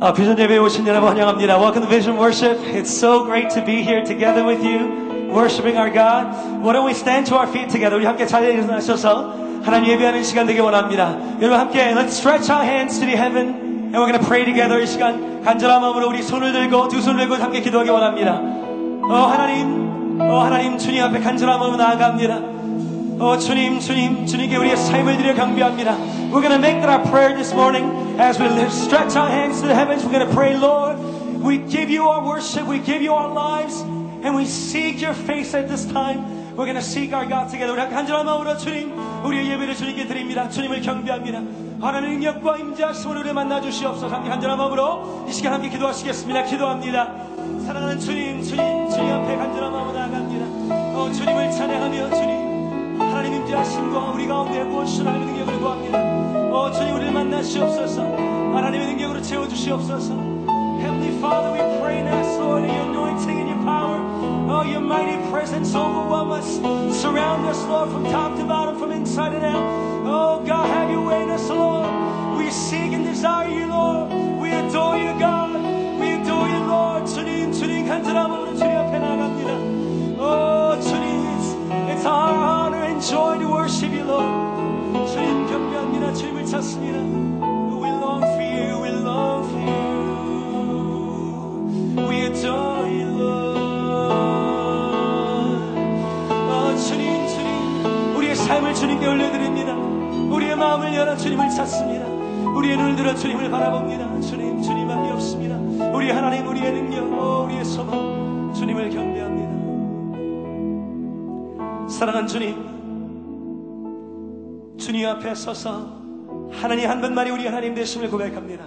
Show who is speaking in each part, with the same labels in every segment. Speaker 1: 아, 비전 예배에 오신 여러분 환영합니다. Welcome to Vision Worship. It's so great to be here together with you, worshiping our God. Why don't we stand to our feet together? 우리 함께 자리에 일어나셔서 하나님 예배하는 시간 되길 원합니다. 여러분 함께 let's stretch our hands to the heaven and we're gonna pray together 이 시간 간절한 마음으로 우리 손을 들고 두 손을 들고 함께 기도하기 원합니다. 어 하나님, 어 하나님 주님 앞에 간절한 마음으로 나아갑니다. 어, 주님, 주님, 주님께 우리의 삶을 드려 경배합니다. We're gonna make that our prayer this morning as we lift, stretch our hands to the heavens. We're gonna pray, Lord, we give you our worship, we give you our lives, and we seek your face at this time. We're gonna seek our God together. 우리 간절한 마음으로 주님, 우리의 예배를 주님께 드립니다. 주님을 경배합니다. 하나님의 능력과 임재하심으로 우리 만나 주시옵소서. 함께 간절한 마음으로 이 시간 함께 기도하시겠습니다. 기도합니다. 사랑하는 주님, 주님, 주님 앞에 간절한 마음으로 나아갑니다. 어, 주님을 찬양하며 주님. 하나님 임재하심과 우리 가운데 무엇이 하나님의 능력을 구합니다. 어, 주님 우리를 만나시옵소서. 하나님의 능력으로 채워주시옵소서. Heavenly Father, we pray now, Lord, in your anointing and your power. Oh, your mighty presence overwhelm us. Surround us, Lord, from top to bottom, from inside and out. Oh, God, have your way in us, Lord. We seek and desire you, Lord. We adore you, God. We adore you, Lord. 주님, 주님 간절함으로 주님 앞에 나갑니다. Oh, 주님, it's, it's our honor and joy to worship you, Lord. 주님 경배합니다. 주님을 찾습니다. We long for you. We long for you. We adore you, Lord. 어, 주님, 주님, 우리의 삶을 주님께 올려드립니다. 우리의 마음을 열어 주님을 찾습니다. 우리의 눈을 들어 주님을 바라봅니다. 주님, 주님밖에 없습니다. 우리 하나님, 우리의 능력, 어, 우리의 소망, 주님을 경배합니다. 사랑한 주님, 주님 앞에 서서 하나님 한 분만이 우리 하나님 되심을 고백합니다.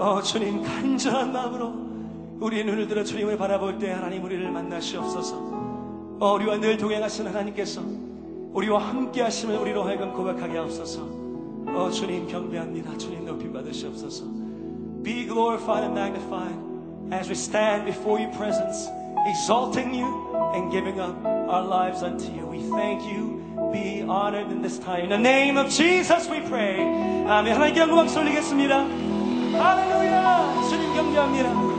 Speaker 1: 어, 주님 간절한 마음으로 우리의 눈을 들어 주님을 바라볼 때 하나님 우리를 만나시옵소서. 어, 우리와 늘 동행하신 하나님께서 우리와 함께 하심을 우리로 하여금 고백하게 하옵소서. 어, 주님 경배합니다. 주님 높임 받으시옵소서. Be glorified and magnified as we stand before your presence, exalting you and giving up our lives unto you. We thank you. Be honored in this time. In the name of Jesus we pray. 아멘. 하나님께 영광 박수 올리겠습니다. 할렐루야. 주님 경배합니다.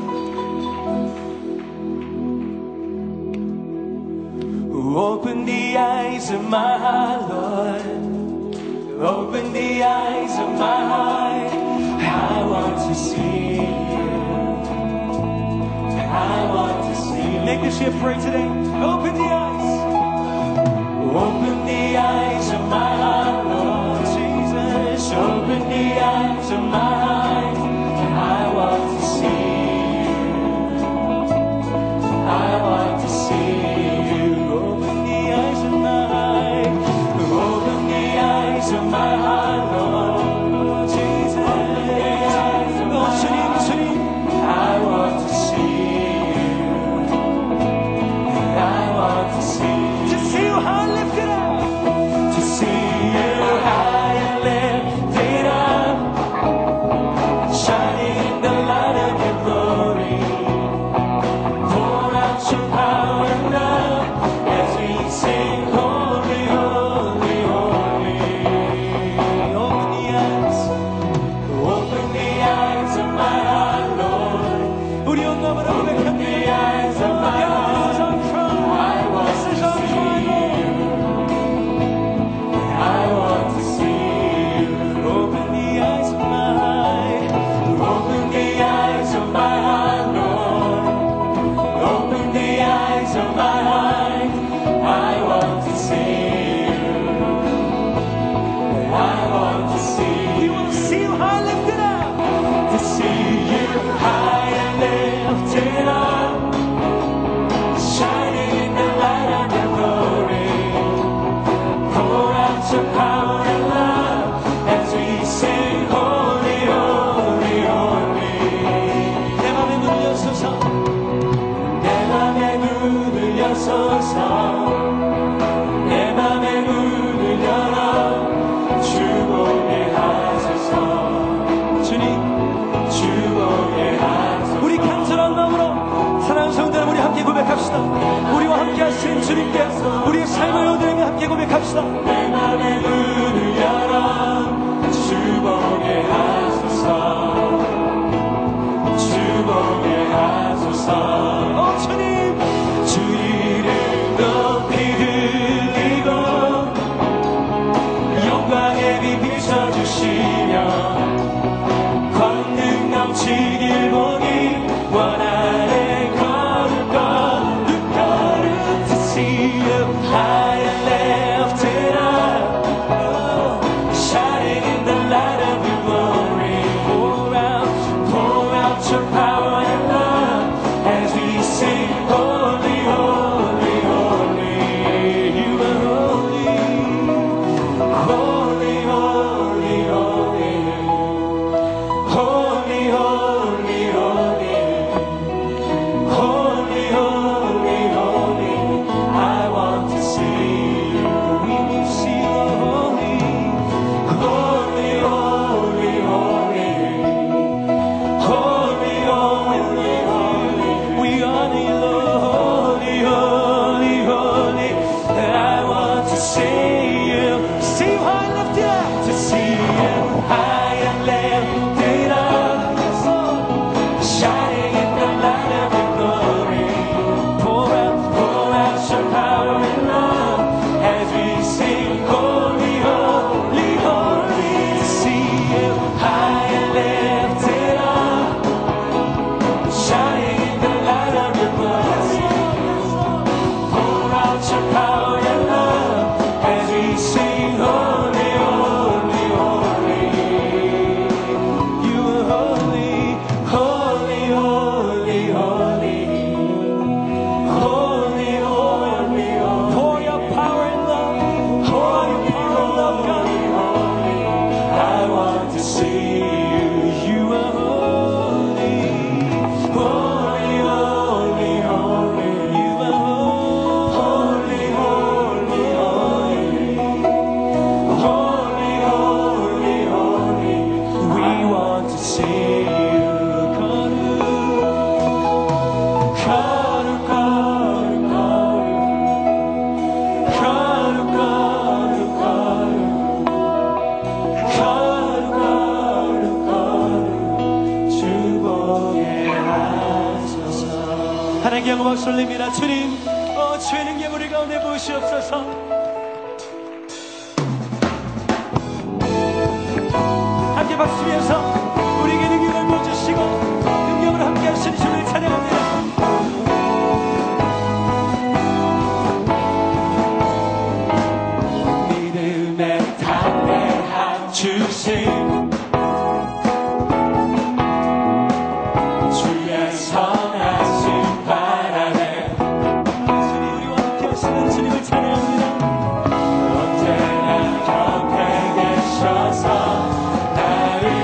Speaker 1: Open the eyes of my Lord. Open the eyes of my heart. I want to see you. I want to see you. Make this your prayer today. Open the eyes. Open the eyes of my heart, Lord Jesus. Open the eyes of my heart. I want to see you. I want to see you open the eyes of my heart, open the eyes of my heart, Lord Jesus. Open the eyes of my heart. I want to see you. I want to see to see you high lifted up, to see you high and lifted up, shining in the light of your glory. Pour out your power and love as we sing, holy, holy, holy. Open the eyes, open the eyes of my heart, Lord. 우리 영감으로 고백합니다. Open the eyes of my heart. This is our cry. This is our cry, Lord. I want to see you. Open the eyes of my heart. Open the eyes of my heart, Lord. Open the eyes of my heart. I want to see you. I want to see. We want to see you high lifted up. To see you high and lifted up, shining in the light of your glory. Pour out your power and love as we sing, holy, holy, holy. 내 맘에 눌려서서. 내 맘에 문을 여소서 내 맘에 문을 열어 주오게 하소서 주님 주오게 하소서 우리 간절한 마음으로 사랑하는 성들 우리 함께 고백합시다 우리와 함께 하신 주님께 우리의 삶을 얻으며 함께 고백합시다 내 맘에 문을 열어 주오게 하소서 어, 하나님께 영광 돌립니다. 주님, 어, 주의 능력 우리 가운데 보시옵소서. 함께 박수치면서 우리에게 능력을 부어주시고 능력을 함께 하시는 주님을 찬양합니다. 믿음에 담대한 주신 주의 선하신 바람에 주님 우리와 함께 하시는 주님을 찬양합니다. 언제나 곁에 계셔서 나를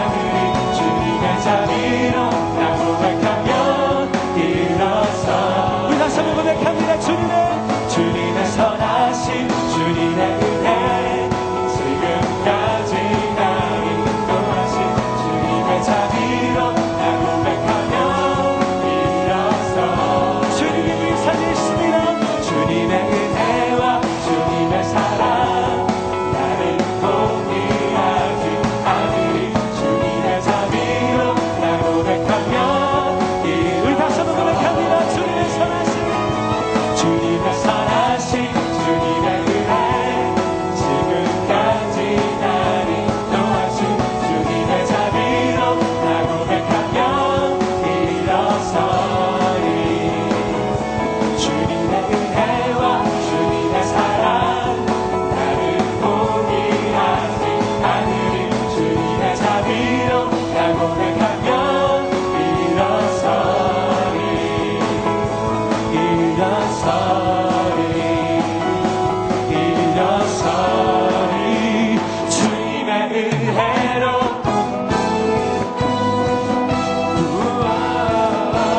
Speaker 1: Oh,
Speaker 2: 날 고백하면 일어서리 일어서리 일어서리 주님의 은혜로 우와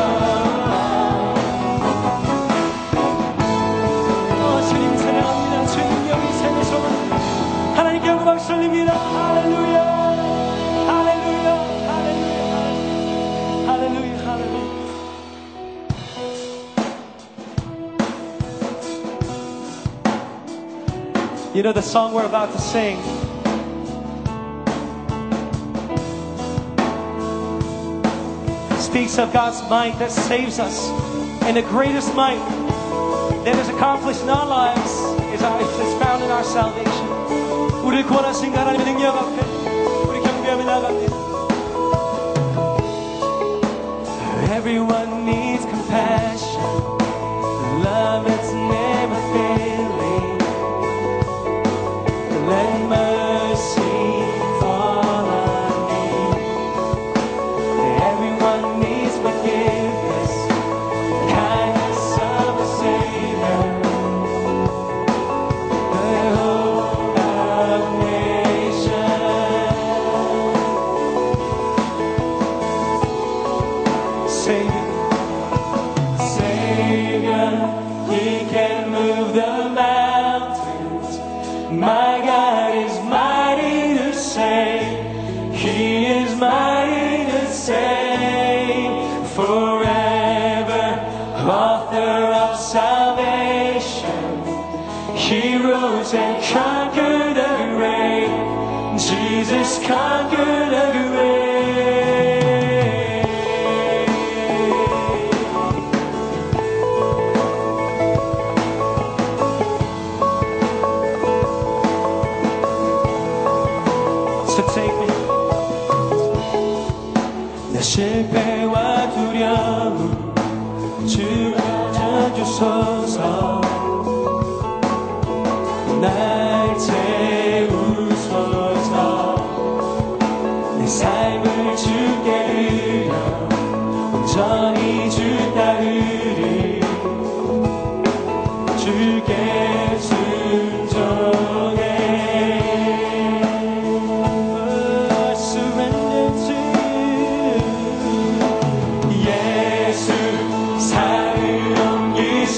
Speaker 1: 어, 주님 사랑합니다. 주님 여기 세상에서 하나님께 영광 돌립니다. 할렐루야. 할렐루야. 할렐루야. 할렐루야. 할렐루야. 할렐루야. You know the song we're about to sing. Speaks of God's might that saves us, and the greatest might that is accomplished in our lives is, our, is found in our salvation. 우리를 구원하신 그 하나님의 능력 앞에 우리 경배하며 나갑니다. Everyone needs compassion. Love is never failing. Let mercy fall on me. Everyone needs forgiveness. Kindness of a Savior, the hope of nations. Savior, Savior, He can move the mountains. My God is mighty to save. He is mighty to save forever. Author of salvation. He rose and conquered the grave. Jesus conquered the grave. So take me. 내 실패와 두려움 주어주소서 날 채우소서 내 삶을 주께 드려 온전히 주 따르리 주께 순종해 I surrender to you. 예수 삶을 옮기신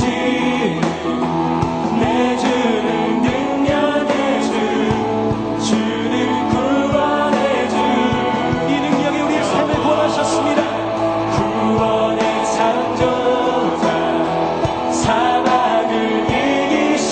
Speaker 1: 내 주는 능력의 주 주는 구원의 주이 능력이 우리의 삶을 구원하셨습니다 구원의 창조자 사막을 이기신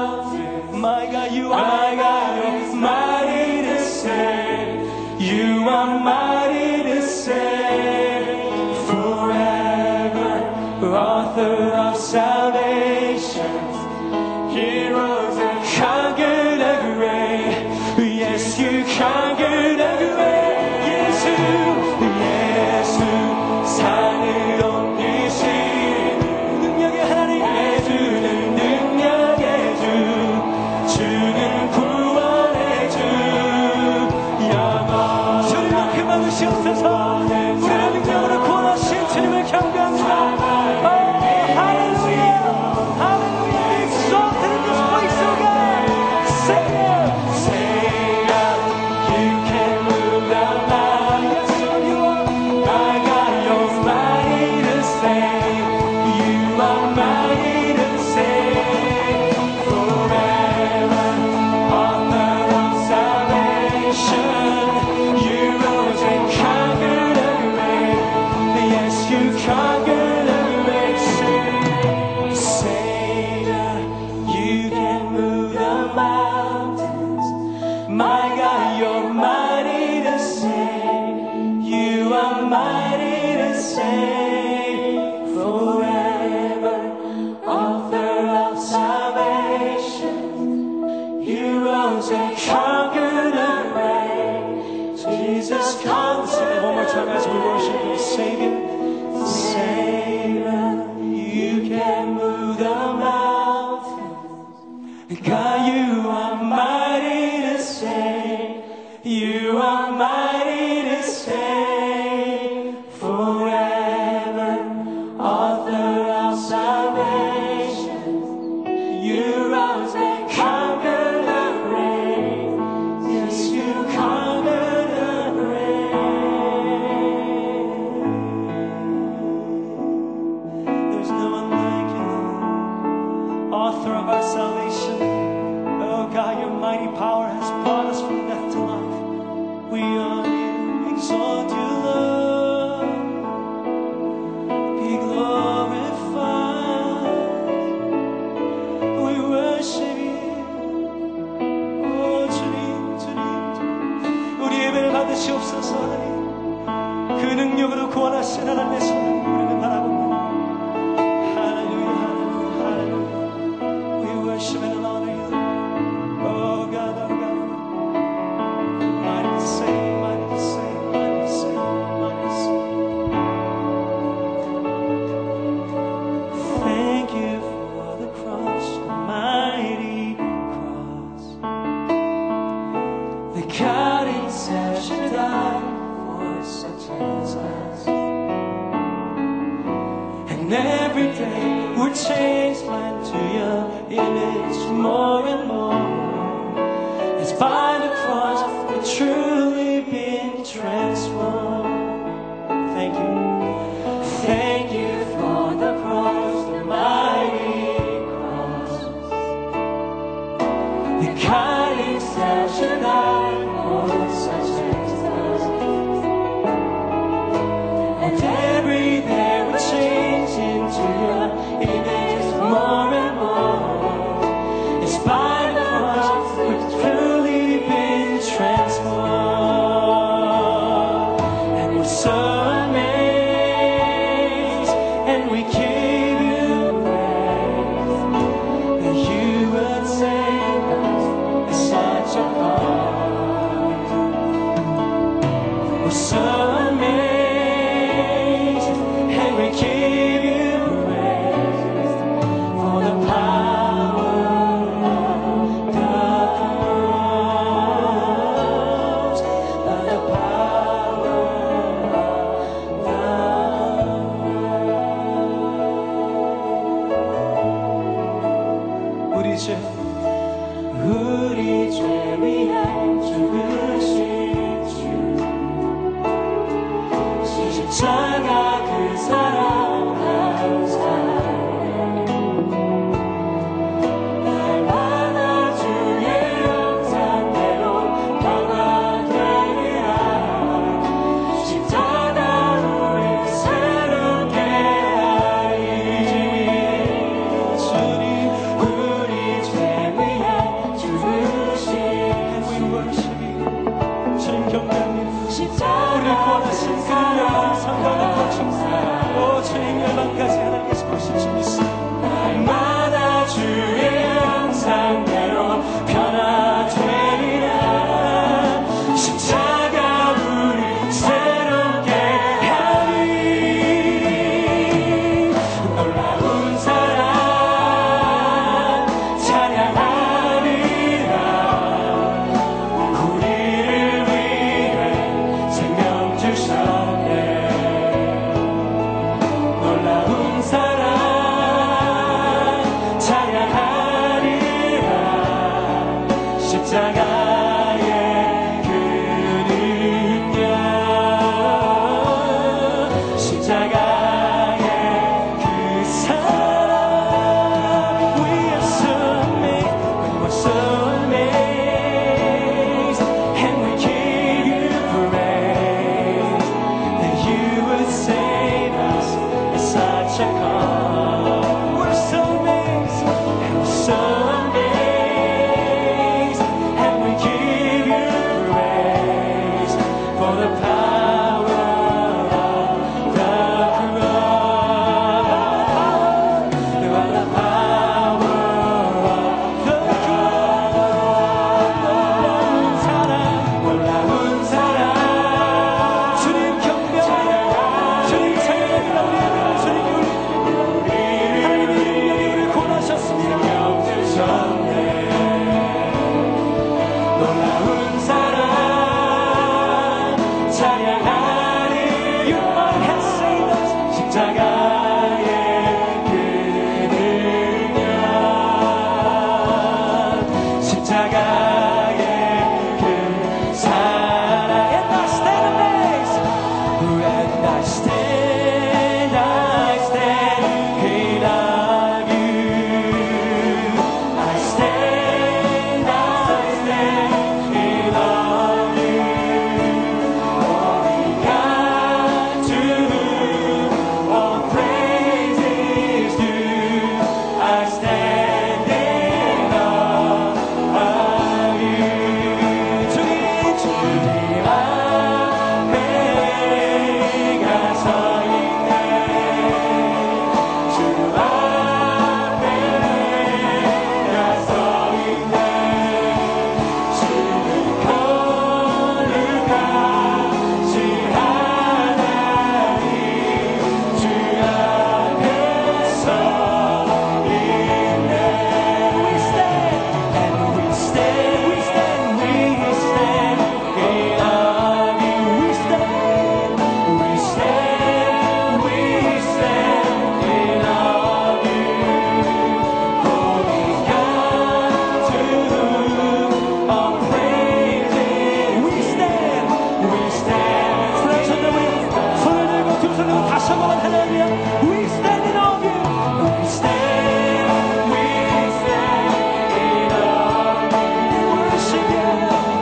Speaker 1: God, you are
Speaker 3: My God, you're mighty to save. You are mighty to save. Forever, author of salvation. Heroes and conquered the grave. Yes, you conquered the grave. Yes, you, yes, you. 산을 옮기시는 능력의 하나님. 예수는 능력의 주. 주는 구원의 주. 영원.
Speaker 1: 주님 앞에 막으시옵소서 우리를 능력으로 구원하신 주님을 경배합니다 오, 할렐루야 할렐루야 Be exalted in this place, O God. Sing it.
Speaker 3: Say God, you can move the mountains.
Speaker 1: Yes, Lord, you are.
Speaker 3: My God, you're mighty to save. You are mighty to save. Forever, author of salvation. You rose and conquered the grave. Yes, you conquered the grave. Say, Savior, you can move the mountains. My God, you're mighty to save. You are mighty to save forever, author of salvation. You rose and conquered the grave. Jesus comes and one more time as we worship Him, Savior, Savior, you can move the mountains. God, you are mighty to save. You are mighty to save forever, author of salvation. You rose and conquered the grave. Yes, you conquered the grave.
Speaker 1: There's no one like you, Lord. Author of our salvation. Oh God, your mighty power has brought us from death to life. We honor you, exalt you, Lord. Be glorified. We worship you. 오 주님, 주님, 주님. 우리 예배를 받으시옵소서 하나님. 그 능력으로 구원하신 하나님의 손을 우리는 바라봅니다. Hallelujah, hallelujah, hallelujah. We worship and honor you. Oh God, oh God. Mighty Savior, mighty Savior, mighty Savior, mighty Savior. Thank you for the cross, mighty cross. The God himself should die for such as us. And every day we're changed like to your image more and more. It's by the cross we're truly being transformed. Thank you. Thank you for the cross, the mighty cross. The kind himself should die for such as us. And every day we change into your image more and more. It's by the cross we've truly been transformed. And we're so amazed, and we give you praise that you would save us at such a cost. We're so amazed, and we give you praise for the power of the cross, of the power of the cross. 우리 죄, 우리 죄 위하여 죽으신 주. 십자가 그 사랑 감사해 날마다 주의 영상대로 변화되리라 십자가로 새롭게 하이니 주님 우리 죄 위해 주를 하실 수 있어 날마다 주의 양상대로 변화되리라 십자가 우리 새롭게 하리 놀라운 사랑 찬양하리라 우리를 위해 생명 주셨네 놀라운 사랑 찬양하리라 십자가의 그능력 십자가의 그 사랑 We are so amazed We are so amazed And we give you praise That you would save us It's such a call We're so amazed And we're so amazed And we give you praise For the power of the cross For the power of the cross 놀라운 사랑 놀라운 사랑 주님 경배 주님 찬양합니다 우리 예배하는 주님 우리 하나님의 능력이 우리를 구원하셨습니다 놀라운 사랑 찬양하리 You have saved us 십자가의 그 능력 십자가의 그 사랑 And I stand amazed And I stand I stand in love you I stand I stand in love you God to whom all praise is due. I stand in awe of you. 주님, 주님 앞에 내가 서 있네. 주 앞에 내가 서 있네. 주를 거룩하신 하나님 주 앞에서 있네 We stand and we stand we stand we stand in love you We stand we stand we stand in love you Holy God to whom all praise is We stand, we stand
Speaker 4: 사랑하셨나요? 우리 손을 들고 두 손으로 다시 한번 하나님이여
Speaker 1: We stand in all you We stand, we stand in all you Worship you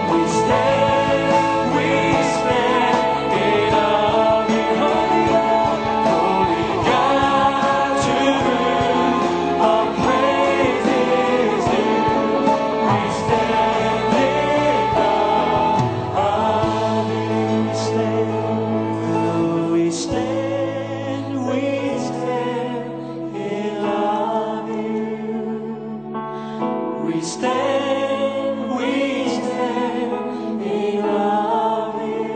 Speaker 1: We stand, we stand in all you Holy God, Holy God to whom all praise is due We stand in awe of you We stand we stand, we stand in love you. We stand, we stand in love you.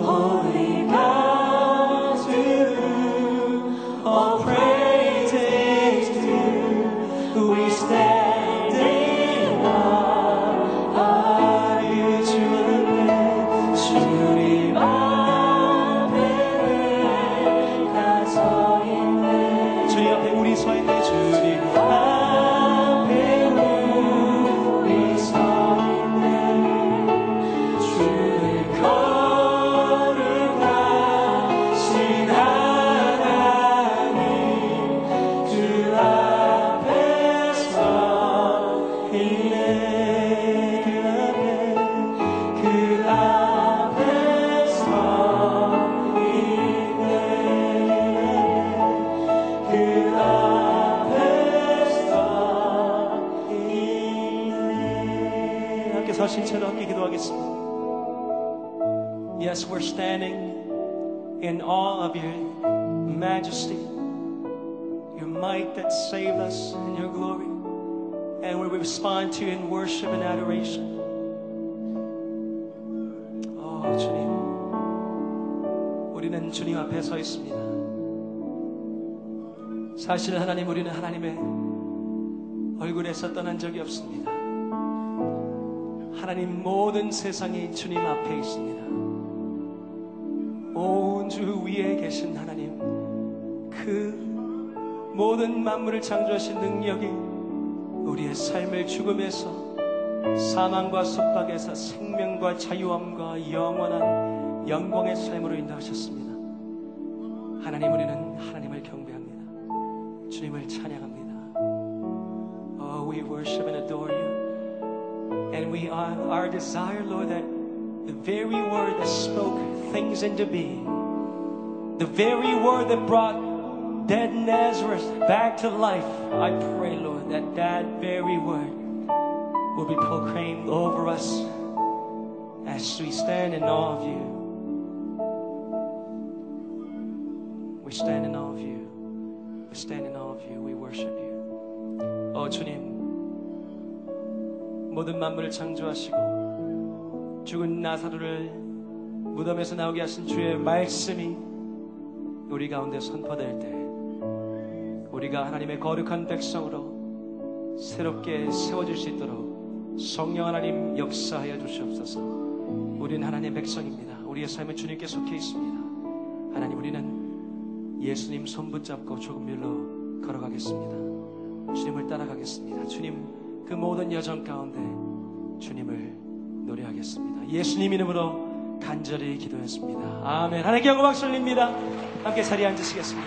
Speaker 1: Holy God, to whom all praise is due. We stand in love you, 주님, 주님 앞에 나서 있네.
Speaker 4: 주님 앞에 우리 서 있네 주님
Speaker 1: 주님 앞에 우리 서 있네 주를 거룩하신 하나님 주 앞에 서 있네 그 앞에 그 앞에 서 있네 그 앞에서 있네
Speaker 4: 함께 서신 채로 함께 기도하겠습니다 Yes, we're standing in awe of your majesty
Speaker 1: might that saved us in your glory. And we respond to you in worship and adoration. 어, 주님. 우리는 주님 앞에 서 있습니다. 사실 하나님, 우리는 하나님의 얼굴에서 떠난 적이 없습니다. 하나님 모든 세상이 주님 앞에 있습니다. 온 주 위에 계신 하나님, 그 모든 만물을 창조하신 능력이 우리의 삶의 죽음에서 사망과 속박에서 생명과 자유함과 영원한 영광의 삶으로 인도하셨습니다. 하나님 우리는 하나님을 경배합니다. 주님을 찬양합니다. Oh, we worship and adore you. And we are our desire, Lord, that the very word that spoke things into being, the very word that brought dead Nazareth back to life, I pray, Lord, that that very word will be proclaimed over us as we stand in awe of you. We stand in awe of you. We stand in awe of you. We worship you. Oh, 어, 주님. 모든 만물을 창조하시고 죽은 나사로를 무덤에서 나오게 하신 주의 말씀이 우리 가운데 선포될 때 우리가 하나님의 거룩한 백성으로 새롭게 세워질 수 있도록 성령 하나님 역사하여 주시옵소서 우리는 하나님의 백성입니다 우리의 삶은 주님께 속해 있습니다 하나님 우리는 예수님 손 붙잡고 조금밀로 걸어가겠습니다 주님을 따라가겠습니다. 주님 그 모든 여정 가운데 주님을 노래하겠습니다. 예수님 이름으로 간절히 기도했습니다. 아멘. 하나님께 영광 박수 올립니다. 함께 자리에 앉으시겠습니다.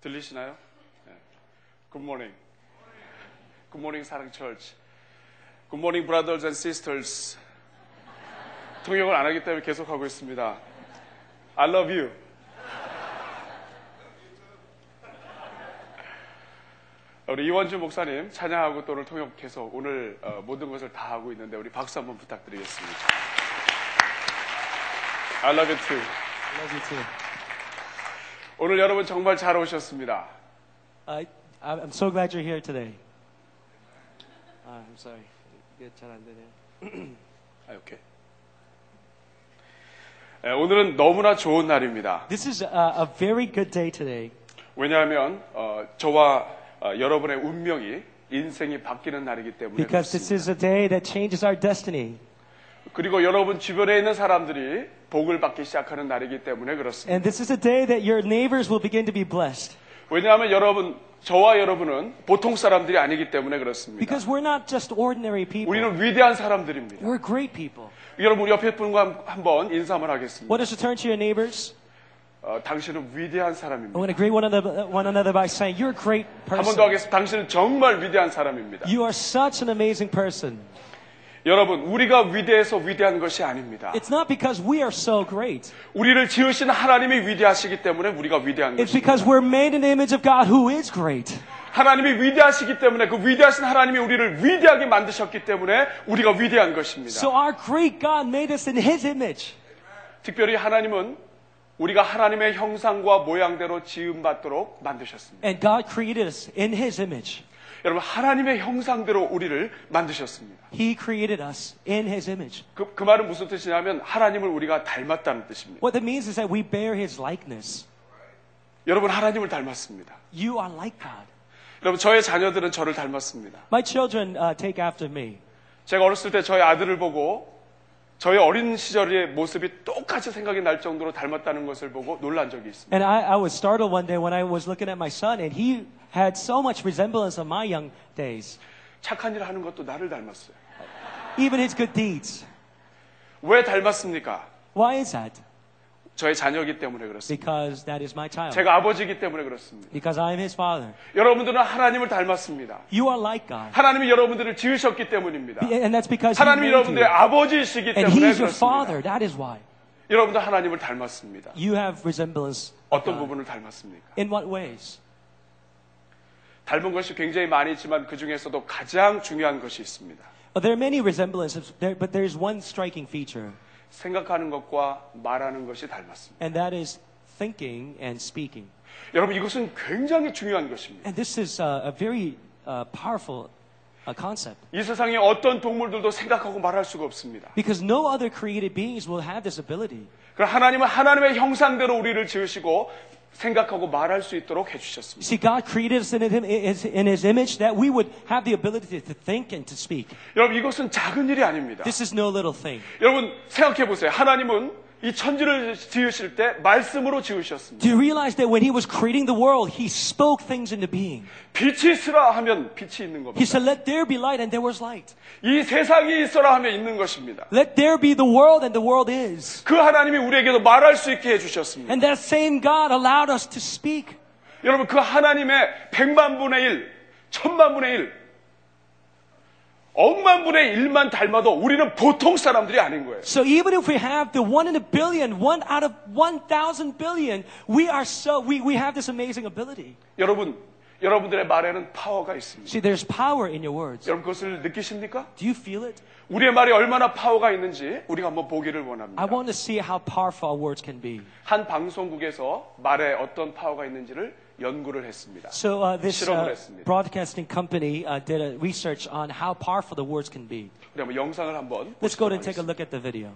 Speaker 5: 들리시나요? 예. 굿모닝. 굿모닝 사랑 철치. 굿모닝 브라더즈 앤 시스터스. 통역을 안 하기 때문에 계속 하고 있습니다. I love you. 우리 이원주 목사님 찬양하고 또 오늘 통역해서 오늘 어, 모든 것을 다 하고 있는데 우리 박수 한번 부탁드리겠습니다. I love you too. 오늘 여러분 정말 잘 오셨습니다.
Speaker 1: I, I'm so glad you're here today. 아, I'm sorry. 이게 잘안 되네요.
Speaker 5: 아, 오케이. 예, 오늘은 너무나 좋은 날입니다.
Speaker 1: This is a, a very good day today
Speaker 5: 왜냐하면 어, 저와 어, 여러분의 운명이 인생이 바뀌는 날이기 때문에
Speaker 1: because this is a day that changes our destiny.
Speaker 5: 그렇습니다. 그리고 여러분 주변에 있는 사람들이 복을 받기 시작하는 날이기 때문에 그렇습니다.
Speaker 1: And this is a day that your neighbors will begin to be blessed.
Speaker 5: 왜냐하면 여러분 저와 여러분은 보통 사람들이 아니기 때문에 그렇습니다.
Speaker 1: Because we're not just ordinary people.
Speaker 5: 우리는 위대한 사람들입니다.
Speaker 1: We're great people.
Speaker 5: 여러분 우리 옆에 분과 한- 한번 인사 한번 하겠습니다.
Speaker 1: Want us to turn to your neighbors?
Speaker 5: 어, 당신은 위대한
Speaker 1: I want
Speaker 5: 사람입니다.
Speaker 1: to greet one another, uh, one another by saying, You're a great
Speaker 5: 한 번
Speaker 1: person.
Speaker 5: 더 하겠습니다. 당신은 정말 위대한 사람입니다.
Speaker 1: You are such an amazing person.
Speaker 5: 여러분 우리가 위대해서 위대한 것이 아닙니다.
Speaker 1: It's not because we are so great,
Speaker 5: 우리를 지으신 하나님이 위대하시기 때문에 우리가 위대한
Speaker 1: it's
Speaker 5: 것입니다.
Speaker 1: because we're made in the image of God who is great.
Speaker 5: 하나님이 위대하시기 때문에 그 위대하신 하나님이 우리를 위대하게 만드셨기 때문에 우리가 위대한 것입니다.
Speaker 1: So our great God made us in His image.
Speaker 5: 특별히 하나님은 우리가 하나님의 형상과 모양대로 지음받도록 만드셨습니다.
Speaker 1: And God created us in His image.
Speaker 5: 여러분 하나님의 형상대로 우리를 만드셨습니다.
Speaker 1: He created us in His image.
Speaker 5: 그, 그 말은 무슨 뜻이냐면 하나님을 우리가 닮았다는 뜻입니다.
Speaker 1: What that means is that we bear His likeness.
Speaker 5: 여러분 하나님을 닮았습니다.
Speaker 1: You are like God.
Speaker 5: 여러분 저의 자녀들은 저를 닮았습니다.
Speaker 1: My children uh, take after me.
Speaker 5: 제가 어렸을 때 저의 아들을 보고 저의 어린 시절의 모습이 똑같이 생각이 날 정도로 닮았다는 것을 보고 놀란 적이 있습니다.
Speaker 1: And I, I was startled one day when I was looking at my son, and he had so much resemblance of my young days,
Speaker 5: 착한 일을 하는 것도 나를 닮았어요.
Speaker 1: even his good deeds.
Speaker 5: 왜 닮았습니까?
Speaker 1: Why is that?
Speaker 5: 저의 자녀이기 때문에 그렇습니다.
Speaker 1: because that is my child.
Speaker 5: 제가 아버지이기 때문에 그렇습니다.
Speaker 1: Because I am his father.
Speaker 5: 여러분들은 하나님을 닮았습니다.
Speaker 1: You are like God.
Speaker 5: 하나님이 여러분들을 지으셨기 때문입니다.
Speaker 1: And that's because he
Speaker 5: 하나님이
Speaker 1: made
Speaker 5: 여러분들의
Speaker 1: you.
Speaker 5: 아버지이시기
Speaker 1: And
Speaker 5: 때문에
Speaker 1: he's your
Speaker 5: 그렇습니다.
Speaker 1: father. That is why.
Speaker 5: 여러분도 하나님을 닮았습니다.
Speaker 1: You have resemblance.
Speaker 5: 어떤 부분을 닮았습니까?
Speaker 1: In what ways?
Speaker 5: 닮은 것이 굉장히 많이 있지만 그 중에서도 가장 중요한 것이 있습니다.
Speaker 1: Well, there are many resemblances, there, but there's one striking feature,
Speaker 5: 생각하는 것과 말하는 것이 닮았습니다.
Speaker 1: and that is thinking and speaking.
Speaker 5: 여러분 이것은 굉장히 중요한 것입니다.
Speaker 1: And this is uh, a very uh, powerful uh, concept
Speaker 5: 이 세상에 어떤 동물들도 생각하고 말할 수가 없습니다.
Speaker 1: because no other created beings will have this ability.
Speaker 5: 그럼 하나님은 하나님의 형상대로 우리를 지으시고 생각하고 말할 수 있도록
Speaker 1: You
Speaker 5: 해주셨습니다.
Speaker 1: see, God created us in his, His- in his image that we would have the ability to think and to speak.
Speaker 5: 여러분 이것은 작은 일이 아닙니다.
Speaker 1: This is no little thing.
Speaker 5: 여러분 생각해 보세요. 하나님은 이 천지를 지으실 때 말씀으로 지으셨습니다.
Speaker 1: Do you realize that when he was creating the world, he spoke things into being?
Speaker 5: 빛이 있으라 하면 빛이 있는
Speaker 1: He
Speaker 5: 겁니다.
Speaker 1: said, Let there be light, and there was light.
Speaker 5: 이 세상이 있어라 하면 있는 것입니다.
Speaker 1: Let there be the world, and the world is.
Speaker 5: 그 하나님이 우리에게도 말할 수 있게 해주셨습니다.
Speaker 1: And that same God allowed us to speak.
Speaker 5: 여러분 그 하나님의 백만 분의 일, 천만 분의 일, 억만 분의 일만 닮아도 우리는 보통 사람들이 아닌 거예요.
Speaker 1: So even if we have the one in a billion, one out of 1,000 billion, we are so, we, we have this amazing ability.
Speaker 5: 여러분, 여러분들의 말에는 파워가 있습니다.
Speaker 1: See, there's power in your words.
Speaker 5: 여러분 그것을 느끼십니까?
Speaker 1: Do you feel it?
Speaker 5: 우리의 말이 얼마나 파워가 있는지 우리가 한번 보기를
Speaker 1: I
Speaker 5: 원합니다.
Speaker 1: want to see how powerful our words can be.
Speaker 5: 한 방송국에서 말에 어떤 파워가 있는지를 연구를 했습니다.
Speaker 1: So uh, this
Speaker 5: 실험을
Speaker 1: uh,
Speaker 5: 했습니다.
Speaker 1: broadcasting company uh, did a research on how powerful the words can be.
Speaker 5: 우리 한번 영상을 한번
Speaker 1: Let's go ahead
Speaker 5: 보시도록
Speaker 1: and take a
Speaker 5: 하겠습니다.
Speaker 1: look at the video.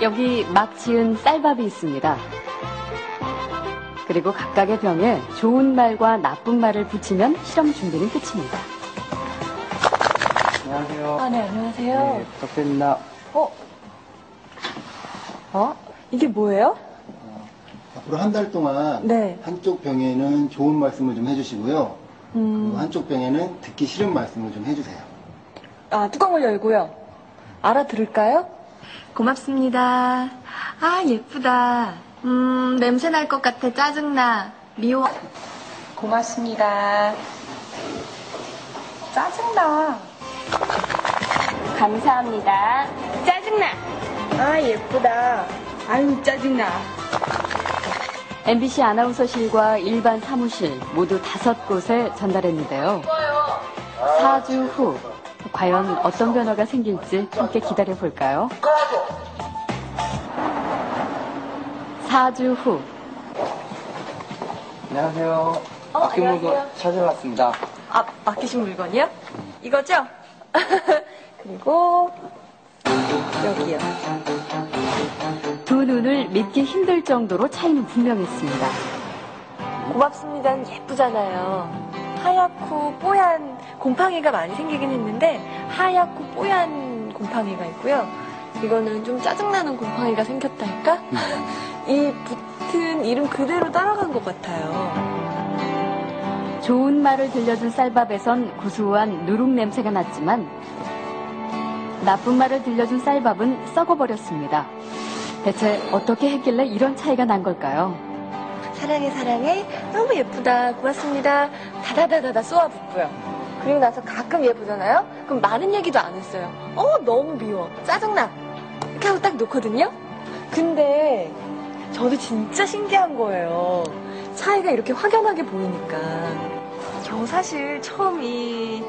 Speaker 6: 여기 막 지은 쌀밥이 있습니다. 그리고 각각의 병에 좋은 말과 나쁜 말을 붙이면 실험 준비는 끝입니다.
Speaker 7: 안녕하세요.
Speaker 8: 아, 네, 안녕하세요.
Speaker 7: 네, 부탁드립니다.
Speaker 8: 어? 어? 이게 뭐예요?
Speaker 7: 앞으로 한 달 동안
Speaker 8: 네.
Speaker 7: 한쪽 병에는 좋은 말씀을 좀 해주시고요. 그리고 한쪽 병에는 듣기 싫은 말씀을 좀 해주세요.
Speaker 8: 아, 뚜껑을 열고요. 알아들을까요?
Speaker 9: 고맙습니다. 아, 예쁘다. 음, 냄새 날 것 같아. 짜증나. 미워.
Speaker 10: 고맙습니다. 짜증나. 감사합니다. 짜증나. 아, 예쁘다. 아유, 짜증나.
Speaker 6: MBC 아나운서실과 일반 사무실 모두 다섯 곳에 전달했는데요. 4주 후 과연 어떤 변화가 생길지 함께 기다려 볼까요? 4주 후
Speaker 7: 안녕하세요. 아껴 물건 찾으러 왔습니다.
Speaker 8: 어, 아, 아끼신 물건이요? 이거죠? 그리고 여기요.
Speaker 6: 두 눈을 믿기 힘들 정도로 차이는 분명했습니다.
Speaker 8: 고맙습니다는 예쁘잖아요. 하얗고 뽀얀 곰팡이가 많이 생기긴 했는데 하얗고 뽀얀 곰팡이가 있고요. 이거는 좀 짜증나는 곰팡이가 생겼다 할까?
Speaker 7: 음.
Speaker 8: 이 붙은 이름 그대로 따라간 것 같아요.
Speaker 6: 좋은 말을 들려준 쌀밥에선 고소한 누룩 냄새가 났지만 나쁜 말을 들려준 쌀밥은 썩어버렸습니다. 대체 어떻게 했길래 이런 차이가 난 걸까요?
Speaker 8: 사랑해 사랑해 너무 예쁘다 고맙습니다 다다다다다 쏘아붙고요 그리고 나서 가끔 얘 보잖아요 그럼 많은 얘기도 안 했어요 어 너무 미워 짜증나 이렇게 하고 딱 놓거든요 근데 저도 진짜 신기한 거예요 차이가 이렇게 확연하게 보이니까 저 사실 처음 이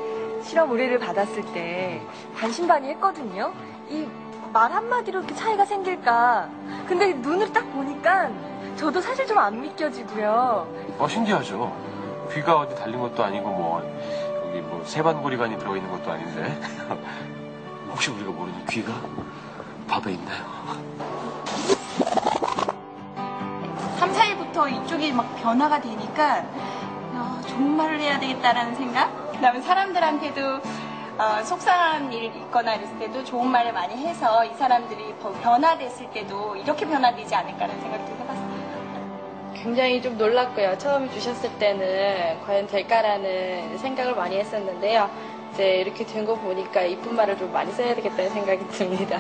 Speaker 8: 실험 의뢰를 받았을 때 반신반의 했거든요 이 말 한마디로 이렇게 차이가 생길까 근데 눈으로 딱 보니까 저도 사실 좀 안 믿겨지고요.
Speaker 11: 어, 신기하죠. 귀가 어디 달린 것도 아니고 뭐 여기 뭐 세반고리관이 들어 있는 것도 아닌데 혹시 우리가 모르는 귀가 밥에 있나요?
Speaker 10: 3, 4일부터 이쪽이 막 변화가 되니까 아, 좋은 말을 해야 되겠다라는 생각? 그다음에 사람들한테도 어, 속상한 일 있거나 이랬을 때도 좋은 말을 많이 해서 이 사람들이 더 변화됐을 때도 이렇게 변화되지 않을까라는 생각도 해봤어요.
Speaker 12: 굉장히 좀 놀랐고요. 처음 주셨을 때는 과연 될까라는 생각을 많이 했었는데요. 이제 이렇게 된 거 보니까 이쁜 말을 좀 많이 써야 되겠다는 생각이 듭니다.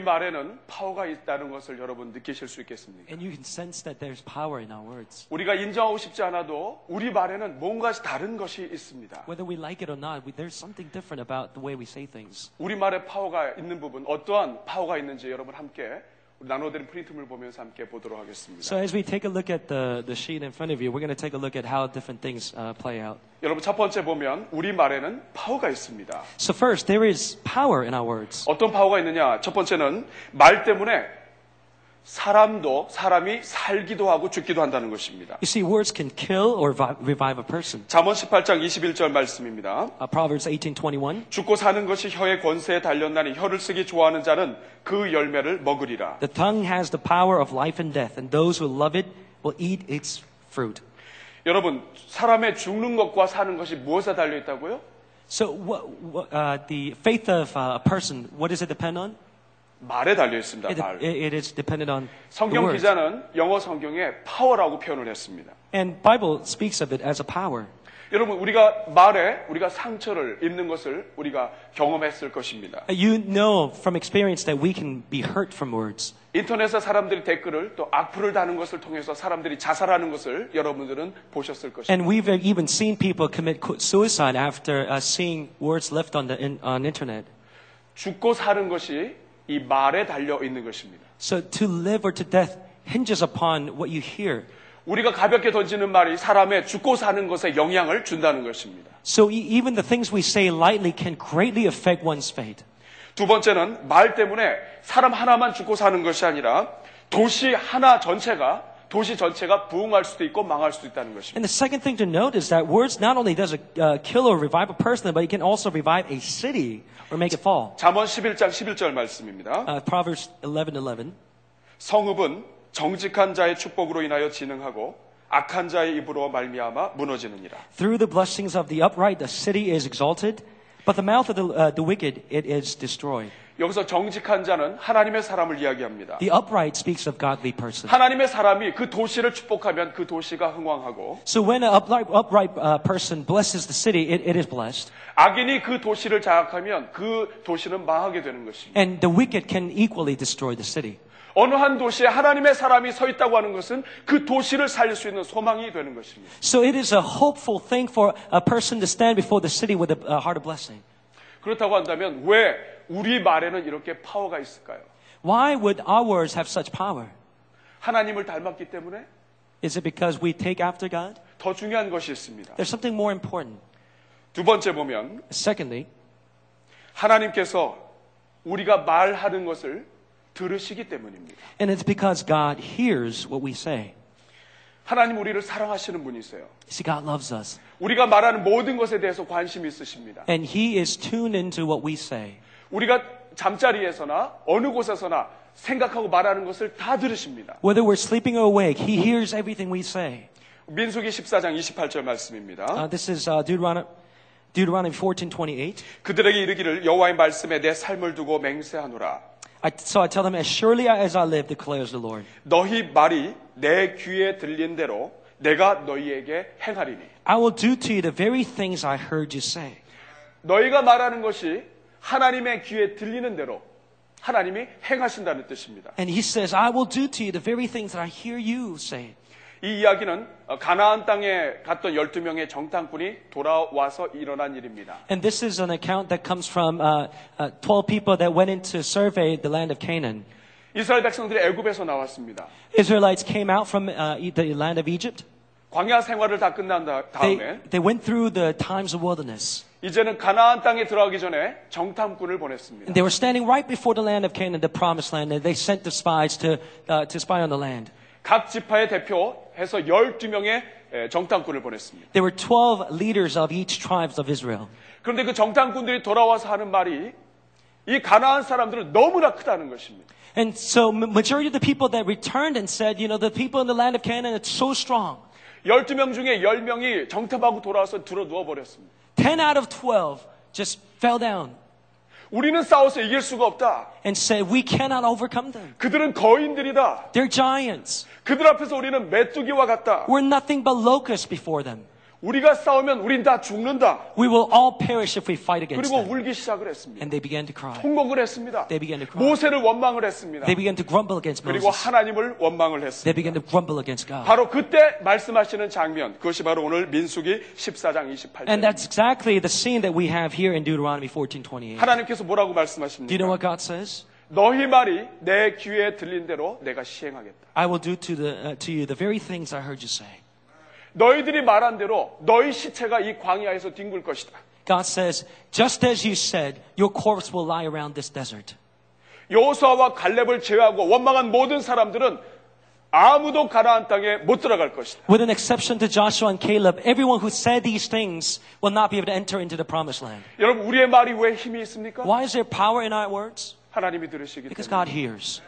Speaker 5: 말에는 파워가 있다는 것을 여러분 느끼실 수 있겠습니다.
Speaker 1: And you can sense that there's power in our words.
Speaker 5: 우리가 인정하고 싶지 않아도 우리 말에는 뭔가 다른 것이 있습니다.
Speaker 1: Whether we like it or not, we, there's something different about the way we say things.
Speaker 5: 우리 말에 파워가 있는 부분, 어떠한 파워가 있는지 여러분 함께 우리 나눠드린 프린트물 보면서 함께 보도록 하겠습니다.
Speaker 1: So as we take a look at the, the sheet in front of you, we're going to take a look at how different things uh, play out.
Speaker 5: 여러분 첫 번째 보면 우리 말에는 파워가 있습니다.
Speaker 1: So first, there is power in our words.
Speaker 5: 어떤 파워가 있느냐? 첫 번째는 말 때문에 사람도 사람이 살기도 하고 죽기도 한다는 것입니다.
Speaker 1: You see, words can kill or vi- revive a person.
Speaker 5: 잠언 18장 21절 말씀입니다.
Speaker 1: Uh, Proverbs 18:21.
Speaker 5: 죽고 사는 것이 혀의 권세에 달렸나니 혀를 쓰기 좋아하는 자는 그 열매를 먹으리라.
Speaker 1: The tongue has the power of life and death, and those who love it will eat its fruit.
Speaker 5: 여러분, 사람의 죽는 것과 사는 것이 무엇에 달려 있다고요?
Speaker 1: So, what, what, uh, the faith of uh, a person, what does it depend on?
Speaker 5: 말에 달려 있습니다.
Speaker 1: It,
Speaker 5: 말.
Speaker 1: it- it is dependent on the
Speaker 5: 성경
Speaker 1: words.
Speaker 5: 기자는 영어 성경에 파워라고 표현을 했습니다.
Speaker 1: And Bible speaks of it as a power.
Speaker 5: 여러분, 우리가 말에 우리가 상처를 입는 것을 우리가 경험했을 것입니다.
Speaker 1: Uh, You know from experience that we can be hurt from words.
Speaker 5: 인터넷에 사람들이 댓글을 또 악플을 다는 것을 통해서 사람들이 자살하는 것을 여러분들은 보셨을 것입니다.
Speaker 1: And we've even seen people commit cu- suicide after uh, seeing words left on the in, on internet.
Speaker 5: 죽고 사는 것이 이 말에 달려 있는 것입니다.
Speaker 1: So to live or to death hinges upon what you hear.
Speaker 5: 우리가 가볍게 던지는 말이 사람의 죽고 사는 것에 영향을 준다는 것입니다.
Speaker 1: So e- even the things we say lightly can greatly affect one's fate.
Speaker 5: 두 번째는 말 때문에 사람 하나만 죽고 사는 것이 아니라 도시 하나 전체가 도시 전체가 부흥할 수도 있고 망할 수도 있다는 것입니다.
Speaker 1: And the second thing to note is that words not only does it uh, kill or revive a person, but it can also revive a city or make it fall.
Speaker 5: 잠언 11장 11절 말씀입니다.
Speaker 1: Uh, Proverbs 11:11.
Speaker 5: 성읍은 정직한 자의 축복으로 인하여 진흥하고 악한 자의 입으로 말미암아 무너지느니라.
Speaker 1: Through the blessings of the upright, the city is exalted, but the mouth of the, uh, the wicked it is destroyed.
Speaker 5: 여기서 정직한 자는 하나님의 사람을 이야기합니다.
Speaker 1: The upright speaks of godly person.
Speaker 5: 하나님의 사람이 그 도시를 축복하면 그 도시가 흥왕하고
Speaker 1: So when an upright, upright uh, person blesses the city, it, it is blessed.
Speaker 5: 악인이 그 도시를 장악하면 그 도시는 망하게 되는 것입니다.
Speaker 1: And the wicked can equally destroy the city.
Speaker 5: 어느 한 도시에 하나님의 사람이 서 있다고 하는 것은 그 도시를 살릴 수 있는 소망이 되는 것입니다.
Speaker 1: So it is a hopeful thing for a person to stand before the city with a, a heart of blessing.
Speaker 5: 그렇다고 한다면 왜 우리 말에는 이렇게 파워가 있을까요?
Speaker 1: Why would our words have such power?
Speaker 5: 하나님을 닮았기 때문에
Speaker 1: Is it because we take after God?
Speaker 5: 더 중요한 것이 있습니다.
Speaker 1: There's something more important.
Speaker 5: 두 번째 보면
Speaker 1: Secondly,
Speaker 5: 하나님께서 우리가 말하는 것을 들으시기 때문입니다.
Speaker 1: and it's because God hears what we say.
Speaker 5: 하나님 우리를 사랑하시는 분이세요.
Speaker 1: See, God loves us,
Speaker 5: 우리가 말하는 모든 것에 대해서 관심이 있으십니다.
Speaker 1: and He is tuned into what we say.
Speaker 5: 우리가 잠자리에서나 어느 곳에서나 생각하고 말하는 것을 다 들으십니다.
Speaker 1: Whether we're sleeping or awake, He hears everything we say.
Speaker 5: 민수기 14장 28절 말씀입니다.
Speaker 1: Uh, this is uh, Deuteronomy, Deuteronomy 14 28.
Speaker 5: 그들에게 이르기를 여호와의 말씀에 내 삶을 두고 맹세하노라.
Speaker 1: I, so I tell them, As surely as I live, declares the Lord,
Speaker 5: 너희 말이 내 귀에 들린 대로 내가 너희에게 행하리니.
Speaker 1: I will do to you the very things I heard you say.
Speaker 5: 너희가 말하는 것이 하나님의 귀에 들리는 대로 하나님이 행하신다는 뜻입니다.
Speaker 1: And He says, I will do to you the very things that I hear you say.
Speaker 5: 이 이야기는 가나안 땅에 갔던 12명의 정탐꾼이 돌아와서 일어난 일입니다.
Speaker 1: And this is an account that comes from uh, uh, 12 people that went in to survey the land of Canaan.
Speaker 5: 이스라엘 백성들이 애굽에서 나왔습니다.
Speaker 1: Israelites came out from uh, E- the land of Egypt.
Speaker 5: 광야 생활을 다 끝난 다-
Speaker 1: They,
Speaker 5: 다음에
Speaker 1: they went through the times of wilderness.
Speaker 5: 이제는 가나안 땅에 들어가기 전에 정탐꾼을 보냈습니다.
Speaker 1: And they were standing right before the land of Canaan, the promised land, and they sent the spies to, uh, to spy on the land.
Speaker 5: 각 지파의 대표해서 12명의 정탐꾼을 보냈습니다.
Speaker 1: There were 12 leaders of each tribes of Israel.
Speaker 5: 그런데 그 정탐꾼들이 돌아와서 하는 말이 이 가나안 사람들은 너무나 크다는 것입니다.
Speaker 1: And so ma- majority of the people that returned and said, you know, the people in the land of Canaan are so strong.
Speaker 5: 12명 중에 10명이 정탐하고 돌아와서 들어 누워버렸습니다.
Speaker 1: 10 out of 12 just fell down
Speaker 5: 우리는 싸워서 이길 수가 없다.
Speaker 1: and said, we cannot overcome them.
Speaker 5: 그들은 거인들이다.
Speaker 1: They're giants.
Speaker 5: 그들 앞에서 우리는 메뚜기와 같다.
Speaker 1: We're nothing but locusts before them.
Speaker 5: 우리가 싸우면 우린 다 죽는다.
Speaker 1: We will all perish if we fight against
Speaker 5: 그리고
Speaker 1: them.
Speaker 5: 울기 시작을 했습니다.
Speaker 1: And they began to cry.
Speaker 5: 통곡을 했습니다.
Speaker 1: They began to cry.
Speaker 5: 모세를 원망을 했습니다.
Speaker 1: They began to grumble against
Speaker 5: 그리고
Speaker 1: Moses.
Speaker 5: 하나님을 원망을 했습니다.
Speaker 1: They began to grumble against God.
Speaker 5: 바로 그때 말씀하시는 장면, 그것이 바로 오늘 민수기 14장 28절.
Speaker 1: And that's exactly the scene that we have here in Deuteronomy 14:28.
Speaker 5: 하나님께서 뭐라고
Speaker 1: Do you know
Speaker 5: 말씀하십니까?
Speaker 1: what God says?
Speaker 5: 너희 말이 내 귀에 들린 대로 내가 시행하겠다.
Speaker 1: I will do to the uh, to you the very things I heard you say.
Speaker 5: 너희들이 말한 대로 너희 시체가 이 광야에서 뒹굴 것이다.
Speaker 1: God says, just as you said, your corpse will lie around this desert.
Speaker 5: 여호수아와 갈렙을 제외하고 원망한 모든 사람들은 아무도 가나안 땅에 못 들어갈 것이다.
Speaker 1: With an exception to Joshua and Caleb, everyone who said these things will not be able to enter into the promised land.
Speaker 5: 여러분 우리의 말이 왜 힘이 있습니까?
Speaker 1: Why is there power in our words?
Speaker 5: 하나님이 들으시기
Speaker 1: Because
Speaker 5: 때문에
Speaker 1: God hears.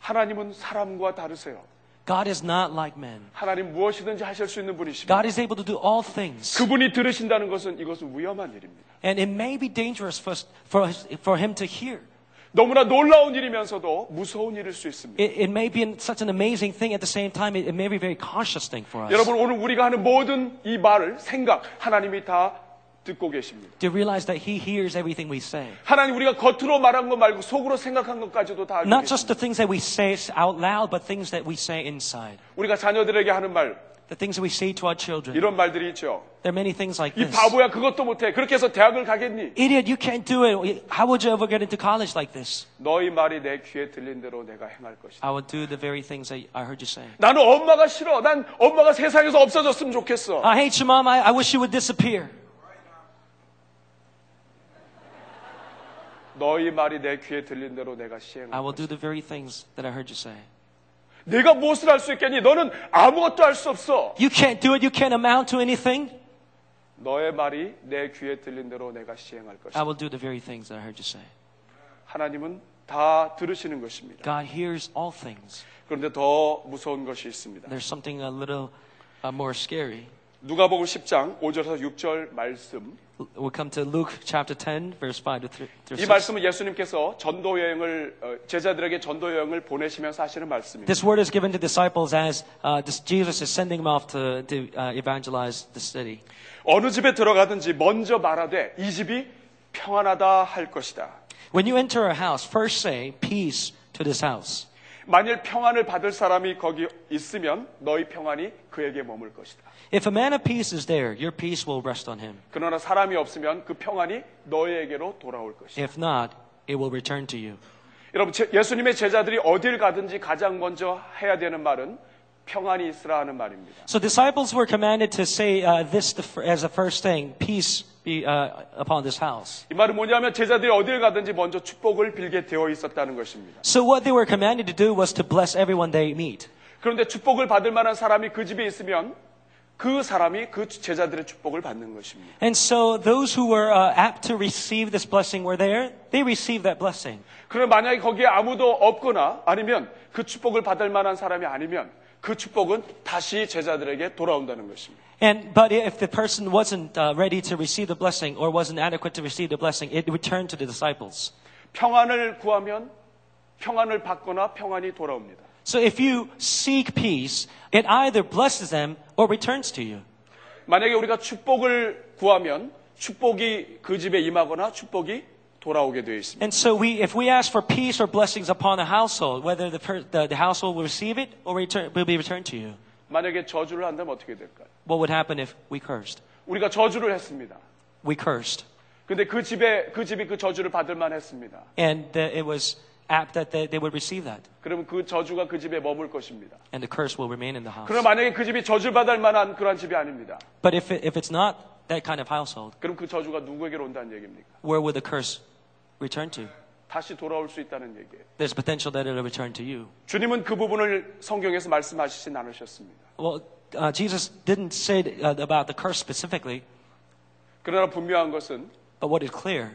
Speaker 5: 하나님은 사람과 다르세요.
Speaker 1: God is not like men.
Speaker 5: 하나님 무엇이든지 하실 수 있는 분이십니다.
Speaker 1: God is able to do all things.
Speaker 5: 그분이 들으신다는 것은 이것은 위험한 일입니다.
Speaker 1: And it may be dangerous for, us- for, us- for him to hear.
Speaker 5: 너무나 놀라운 일이면서도 무서운 일일 수 있습니다.
Speaker 1: It, it may be an- such an amazing thing at the same time, it, it may be a very cautious thing for us.
Speaker 5: 여러분 오늘 우리가 하는 모든 이 말을 생각 하나님이 다 듣고 계십니다.
Speaker 1: to realize that he hears everything we say.
Speaker 5: 하나님 우리가 겉으로 말한 것 말고 속으로 생각한 것까지도 다 알고
Speaker 1: Not
Speaker 5: 계십니다.
Speaker 1: just the things that we say out loud, but things that we say inside.
Speaker 5: 우리가 자녀들에게 하는 말
Speaker 1: The things that we say to our children.
Speaker 5: 이런 말들이 있죠.
Speaker 1: There are many things like
Speaker 5: 이
Speaker 1: this.
Speaker 5: 바보야 그것도 못해. 그렇게 해서 대학을 가겠니?
Speaker 1: Idiot, you can't do it. How would you ever get into college like this?
Speaker 5: 너희 말이 내 귀에 들린 대로 내가 행할 것이다.
Speaker 1: I would do the very things that I heard you say.
Speaker 5: 나는 엄마가 싫어. 난 엄마가 세상에서 없어졌으면 좋겠어.
Speaker 1: I hate you, mom. I, I wish you would disappear.
Speaker 5: 너희 말이 내 귀에 들린 대로 내가 시행할
Speaker 1: I
Speaker 5: 것이다.
Speaker 1: will do the very things that I heard you say.
Speaker 5: 내가 무엇을 할 수 있겠니? 너는 아무것도 할 수 없어.
Speaker 1: You can't do it. You can't amount to anything.
Speaker 5: 너의 말이 내 귀에 들린 대로 내가 시행할
Speaker 1: I
Speaker 5: 것이다.
Speaker 1: will do the very things that I heard you say.
Speaker 5: 하나님은 다 들으시는 것입니다.
Speaker 1: God hears all things.
Speaker 5: 그런데 더 무서운 것이 있습니다.
Speaker 1: There's something a little uh, more scary.
Speaker 5: 누가복음 10장 5절에서 6절 말씀.
Speaker 1: We'll come to Luke chapter 10, verse 5 to 3. through
Speaker 5: 이
Speaker 1: 6.
Speaker 5: 말씀은 예수님께서 전도 여행을 어, 제자들에게 전도 여행을 보내시면서 하시는 말씀입니다.
Speaker 1: This word is given to disciples as uh, this, Jesus is sending them off to, to uh, evangelize the city.
Speaker 5: 어느 집에 들어가든지 먼저 말하되 이 집이 평안하다 할 것이다.
Speaker 1: When you enter a house, first say peace to this house.
Speaker 5: 만일 평안을 받을 사람이 거기 있으면 너희 평안이 그에게 머물 것이다.
Speaker 1: If a man of peace is there, your peace will rest on him.
Speaker 5: 그러나 사람이 없으면 그 평안이 너희에게로 돌아올 것이다.
Speaker 1: If not, it will return to you.
Speaker 5: 여러분 제- 예수님의 제자들이 어딜 가든지 가장 먼저 해야 되는 말은 평안이 있으라 하는 말입니다.
Speaker 1: So disciples were commanded to say uh, this the, fir- as the first thing: peace be uh, upon this house.
Speaker 5: 이 말은 뭐냐면 제자들이 어딜 가든지 먼저 축복을 빌게 되어 있었다는 것입니다.
Speaker 1: So what they were commanded to do was to bless everyone they meet.
Speaker 5: 그런데 축복을 받을 만한 사람이 그 집에 있으면 그 사람이 그 제자들의 축복을 받는 것입니다.
Speaker 1: And so those who were uh, apt to receive this blessing were there. They received that blessing.
Speaker 5: 그럼 만약에 거기에 아무도 없거나 아니면 그 축복을 받을 만한 사람이 아니면 그 축복은 다시 제자들에게 돌아온다는 것입니다.
Speaker 1: And but if the person wasn't uh, ready to receive the blessing or wasn't adequate to receive the blessing, it returned to the disciples.
Speaker 5: 평안을 구하면 평안을 받거나 평안이 돌아옵니다.
Speaker 1: So if you seek peace, it either blesses them or returns to you.
Speaker 5: 만약에 우리가 축복을 구하면 축복이 그 집에 임하거나 축복이 돌아오게 되어 있습니다.
Speaker 1: And so we, if we ask for peace or blessings upon a household, whether the, per, the, the household will receive it or return, will be returned to you.
Speaker 5: 만약에 저주를 한다면 어떻게 될까요?
Speaker 1: What would happen if we cursed?
Speaker 5: 우리가 저주를 했습니다.
Speaker 1: We cursed,
Speaker 5: 근데 그 집에 그 집이 그 저주를 받을 만했습니다.
Speaker 1: and the, it was apt that they, they would receive that,
Speaker 5: 그러면 그 저주가 그 집에 머물 것입니다.
Speaker 1: and the curse will remain in the house.
Speaker 5: 그럼 만약에 그 집이 저주받을 만한 그러한 집이 아닙니다.
Speaker 1: But if it, if it's not that kind of household,
Speaker 5: 그럼 그 저주가 누구에게로 온다는 얘기입니까?
Speaker 1: where will the curse return to?
Speaker 5: 다시 돌아올 수 있다는 얘기예요.
Speaker 1: There's potential that it'll return to you.
Speaker 5: 주님은 그 부분을 성경에서 말씀하시진 않으셨습니다.
Speaker 1: Well, uh, Jesus didn't say uh, about the curse specifically,
Speaker 5: 그러나 분명한 것은
Speaker 1: but what is clear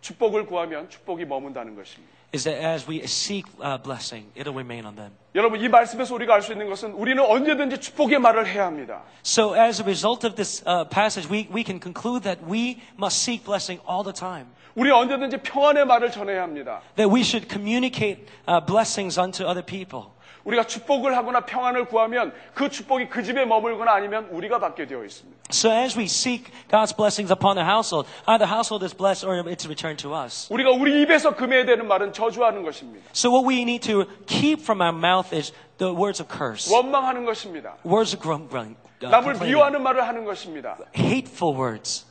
Speaker 5: 축복을 구하면 축복이 머문다는 것입니다.
Speaker 1: is that as we seek uh, blessing, it'll remain on them.
Speaker 5: 여러분 이 말씀에서 우리가 알 수 있는 것은 우리는 언제든지 축복의 말을 해야 합니다.
Speaker 1: So, as a result of this uh, passage, we, we can conclude that we must seek blessing all the time.
Speaker 5: 우리 언제든지 평안의 말을 전해야 합니다.
Speaker 1: That we should communicate uh, blessings unto other people.
Speaker 5: 우리가 축복을 하거나 평안을 구하면 그 축복이 그 집에 머물거나 아니면 우리가 받게 되어 있습니다.
Speaker 1: So as we seek God's blessings upon the household, either household is blessed or it's returned to us.
Speaker 5: 우리가 우리 입에서 금해야 되는 말은 저주하는 것입니다.
Speaker 1: So what we need to keep from our mouth is the words of curse,
Speaker 5: 원망하는 것입니다.
Speaker 1: words of grumbling, uh,
Speaker 5: 남을
Speaker 1: complaining,
Speaker 5: 미워하는 말을 하는 것입니다.
Speaker 1: hateful words.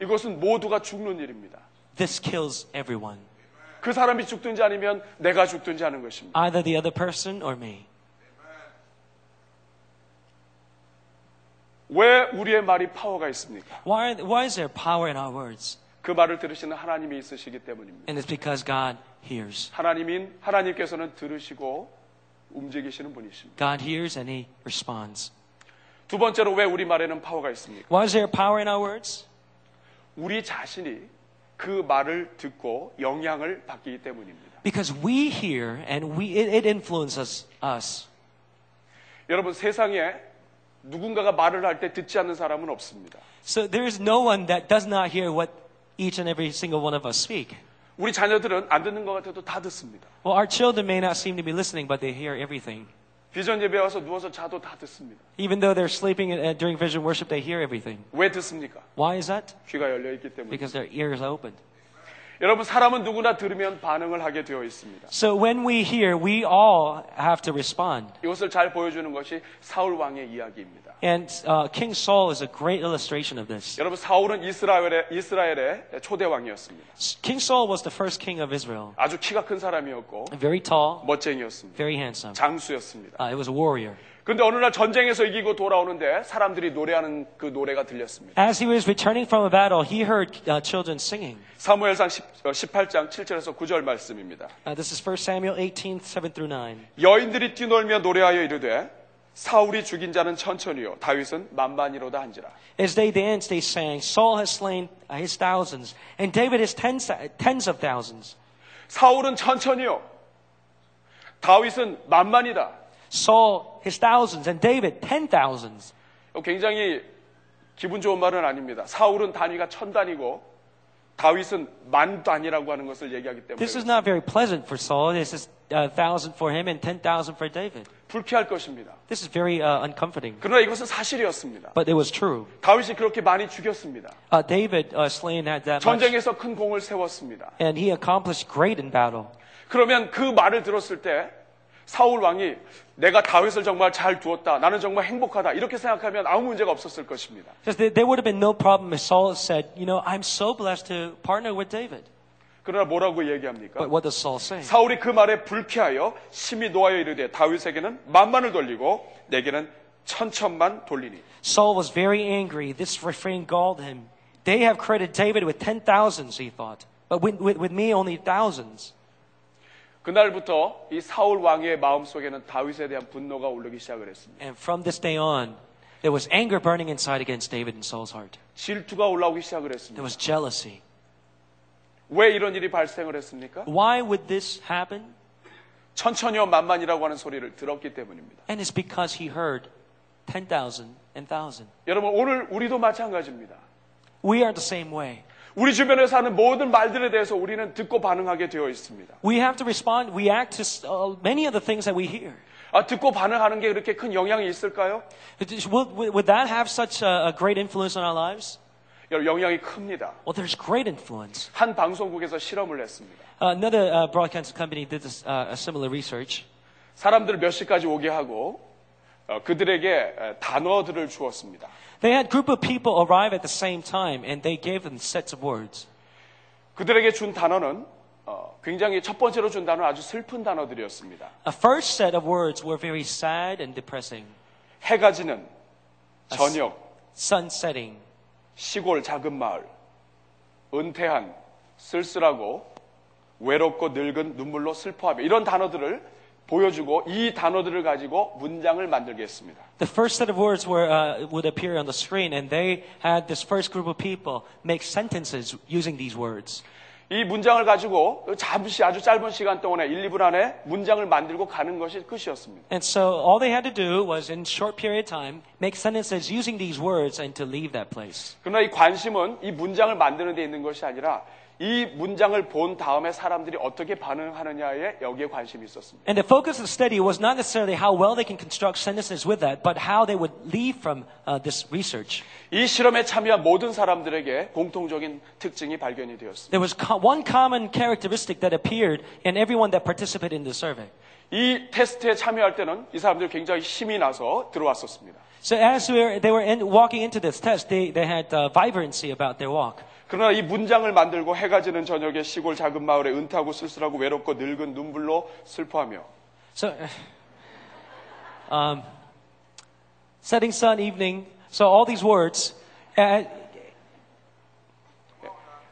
Speaker 5: 이것은 모두가 죽는 일입니다.
Speaker 1: This kills everyone,
Speaker 5: 그 사람이 죽든지 아니면 내가 죽든지 하는 것입니다.
Speaker 1: either the other person or me.
Speaker 5: 왜 우리의 말이 파워가 있습니까?
Speaker 1: Why, why is there power in our words?
Speaker 5: 그 말을 들으시는 하나님이 있으시기 때문입니다.
Speaker 1: And it's because God hears.
Speaker 5: 하나님인 하나님께서는 들으시고 움직이시는 분이십니다.
Speaker 1: God hears and He responds.
Speaker 5: 두 번째로 왜 우리 말에는 파워가 있습니까?
Speaker 1: Why is there power in our words?
Speaker 5: 우리 자신이 그 말을 듣고 영향을 받기 때문입니다.
Speaker 1: Because we hear and we, it, it influences us.
Speaker 5: 여러분 세상에 누군가가 말을 할 때 듣지 않는 사람은 없습니다.
Speaker 1: So there is no one that does not hear what each and every single one of us speak.
Speaker 5: 우리 자녀들은 안 듣는 것 같아도 다 듣습니다.
Speaker 1: Well, our children may not seem to be listening, but they hear everything.
Speaker 5: 비전 예배 와서 누워서 자도 다 듣습니다.
Speaker 1: Even though they're sleeping uh, during vision worship, they hear everything.
Speaker 5: 왜 듣습니까?
Speaker 1: Why is that?
Speaker 5: 귀가 열려 있기 때문에.
Speaker 1: Because their ears are opened.
Speaker 5: 여러분 사람은 누구나 들으면 반응을 하게 되어 있습니다.
Speaker 1: So when we hear, we all have to respond.
Speaker 5: 이것을 잘 보여주는 것이 사울 왕의 이야기입니다.
Speaker 1: And uh, King Saul is a great illustration of this.
Speaker 5: 여러분 사울은 이스라엘의 이스라엘의 초대 왕이었습니다.
Speaker 1: King Saul was the first king of Israel.
Speaker 5: 아주 키가 큰 사람이었고
Speaker 1: Very tall,
Speaker 5: 멋쟁이였습니다.
Speaker 1: very handsome.
Speaker 5: 장수였습니다.
Speaker 1: Uh, it was a warrior.
Speaker 5: 근데 어느 날 전쟁에서 이기고 돌아오는데 사람들이 노래하는 그 노래가 들렸습니다.
Speaker 1: As he was returning from a battle, he heard uh, children singing.
Speaker 5: 사무엘상 18장 7절에서 9절 말씀입니다.
Speaker 1: Uh, this is 1 Samuel 18, 7 through 9.
Speaker 5: 여인들이 뛰놀며 노래하여 이르되 사울이 죽인 자는 천천히요 다윗은 만만이로다 한지라.
Speaker 1: As they danced, they sang, Saul has slain uh, his thousands, and David his tens, uh, tens of thousands.
Speaker 5: 사울은 천천히요 다윗은 만만이다.
Speaker 1: Saul his thousands, and David ten thousands.
Speaker 5: 이거 굉장히 기분 좋은 말은 아닙니다. 사울은 단위가 천 단위고 다윗은 만 단위라고 하는 것을 얘기하기 때문에
Speaker 1: This is not very pleasant for Saul. This is a thousand for him and ten thousand for David.
Speaker 5: 불쾌할 것입니다.
Speaker 1: This is very uh, uncomforting.
Speaker 5: 그러나 이것은 사실이었습니다.
Speaker 1: But it was true.
Speaker 5: 다윗이 그렇게 많이 죽였습니다.
Speaker 1: Uh, David uh, slain that, that much,
Speaker 5: 전쟁에서 큰 공을 세웠습니다.
Speaker 1: and he accomplished great in battle.
Speaker 5: 그러면 그 말을 들었을 때 사울 왕이 내가 다윗을 정말 잘 두었다. 나는 정말 행복하다. 이렇게 생각하면 아무 문제가 없었을 것입니다.
Speaker 1: Because there, there would have been no problem if Saul said, You know, I'm so blessed to partner with David.
Speaker 5: 그러나 뭐라고
Speaker 1: But
Speaker 5: 얘기합니까?
Speaker 1: what does Saul say?
Speaker 5: 사울이 그 말에 불쾌하여 심히 노하여 이르되 다윗에게는 만만을 돌리고 내게는 천천만 돌리니
Speaker 1: Saul was very angry. This refrain galled him. They have credited David with ten thousands, he thought, but with, with, with me only thousands.
Speaker 5: 그날부터 이 사울 왕의 마음속에는 다윗에 대한 분노가 오르기 시작을 했습니다.
Speaker 1: And from this day on, there was anger burning inside against David in Saul's heart.
Speaker 5: 질투가 올라오기 시작을
Speaker 1: There
Speaker 5: 했습니다.
Speaker 1: was jealousy.
Speaker 5: 왜 이런 일이 발생을 했습니까?
Speaker 1: Why would this happen?
Speaker 5: 천천히요 만만이라고 하는 소리를 들었기 때문입니다.
Speaker 1: And it's because he heard ten thousand and thousand.
Speaker 5: 여러분 오늘 우리도 마찬가지입니다.
Speaker 1: We are the same way.
Speaker 5: 우리 주변에서 하는 모든 말들에 대해서 우리는 듣고 반응하게 되어 있습니다.
Speaker 1: We have to respond, we act to uh, many of the things that we hear.
Speaker 5: 아, 듣고 반응하는 게 그렇게 큰 영향이 있을까요?
Speaker 1: Would, would would that have such a, a great influence on our lives?
Speaker 5: 여러분 영향이 큽니다.
Speaker 1: Well, there's great influence.
Speaker 5: 한 방송국에서 실험을 했습니다.
Speaker 1: Uh, another uh, broadcast company did this, uh, a similar research.
Speaker 5: 사람들 몇 시까지 오게 하고 어, 그들에게 에, 단어들을 주었습니다.
Speaker 1: They had group of people arrive at the same time, and they gave them sets of words.
Speaker 5: 그들에게 준 단어는 어, 굉장히 첫 번째로 준 단어는 아주 슬픈 단어들이었습니다.
Speaker 1: A first set of words were very sad and depressing.
Speaker 5: 해가 지는 저녁,
Speaker 1: Sun setting,
Speaker 5: 시골 작은 마을, 은퇴한, 쓸쓸하고 외롭고 늙은 눈물로 슬퍼하며 이런 단어들을 보여주고 이 단어들을 가지고 문장을 만들게 했습니다.
Speaker 1: The first set of words were, uh, would appear on the screen, and they had this first group of people make sentences using these words.
Speaker 5: 이 문장을 가지고 잠시 아주 짧은 시간 동안에 1, 2분 안에 문장을 만들고 가는 것이 끝이었습니다.
Speaker 1: And so all they had to do was, in short period of time, make sentences using these words and to leave that place.
Speaker 5: 그러나 이 관심은 이 문장을 만드는 데 있는 것이 아니라 이 문장을 본 다음에 사람들이 어떻게 반응하느냐에 여기에 관심이 있었습니다.
Speaker 1: And the focus of the study was not necessarily how well they can construct sentences with that, but how they would leave from uh, this research.
Speaker 5: 이 실험에 참여한 모든 사람들에게 공통적인 특징이 발견이 되었습니다.
Speaker 1: There was co- one common characteristic that appeared in everyone that participated in the survey.
Speaker 5: 이 테스트에 참여할 때는 이 사람들 굉장히 힘이 나서 들어왔었습니다.
Speaker 1: So as we were, they were in, walking into this test, they, they had uh, vibrancy about their walk.
Speaker 5: 그러나 이 문장을 만들고 해가 지는 저녁에 시골 작은 마을에 은퇴하고 쓸쓸하고 외롭고 늙은 눈물로 슬퍼하며
Speaker 1: So, um, setting sun, evening. So all these words. Uh,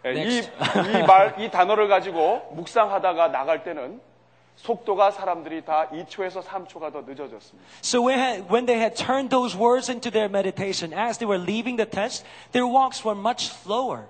Speaker 5: 예, 이,
Speaker 1: Next.
Speaker 5: 이 말, 이 단어를 가지고 묵상하다가 나갈 때는 속도가 사람들이 다 2초에서 3초가 더 늦어졌습니다.
Speaker 1: so when, had- when they had turned those words into their meditation, as they were leaving the test, their walks were much slower.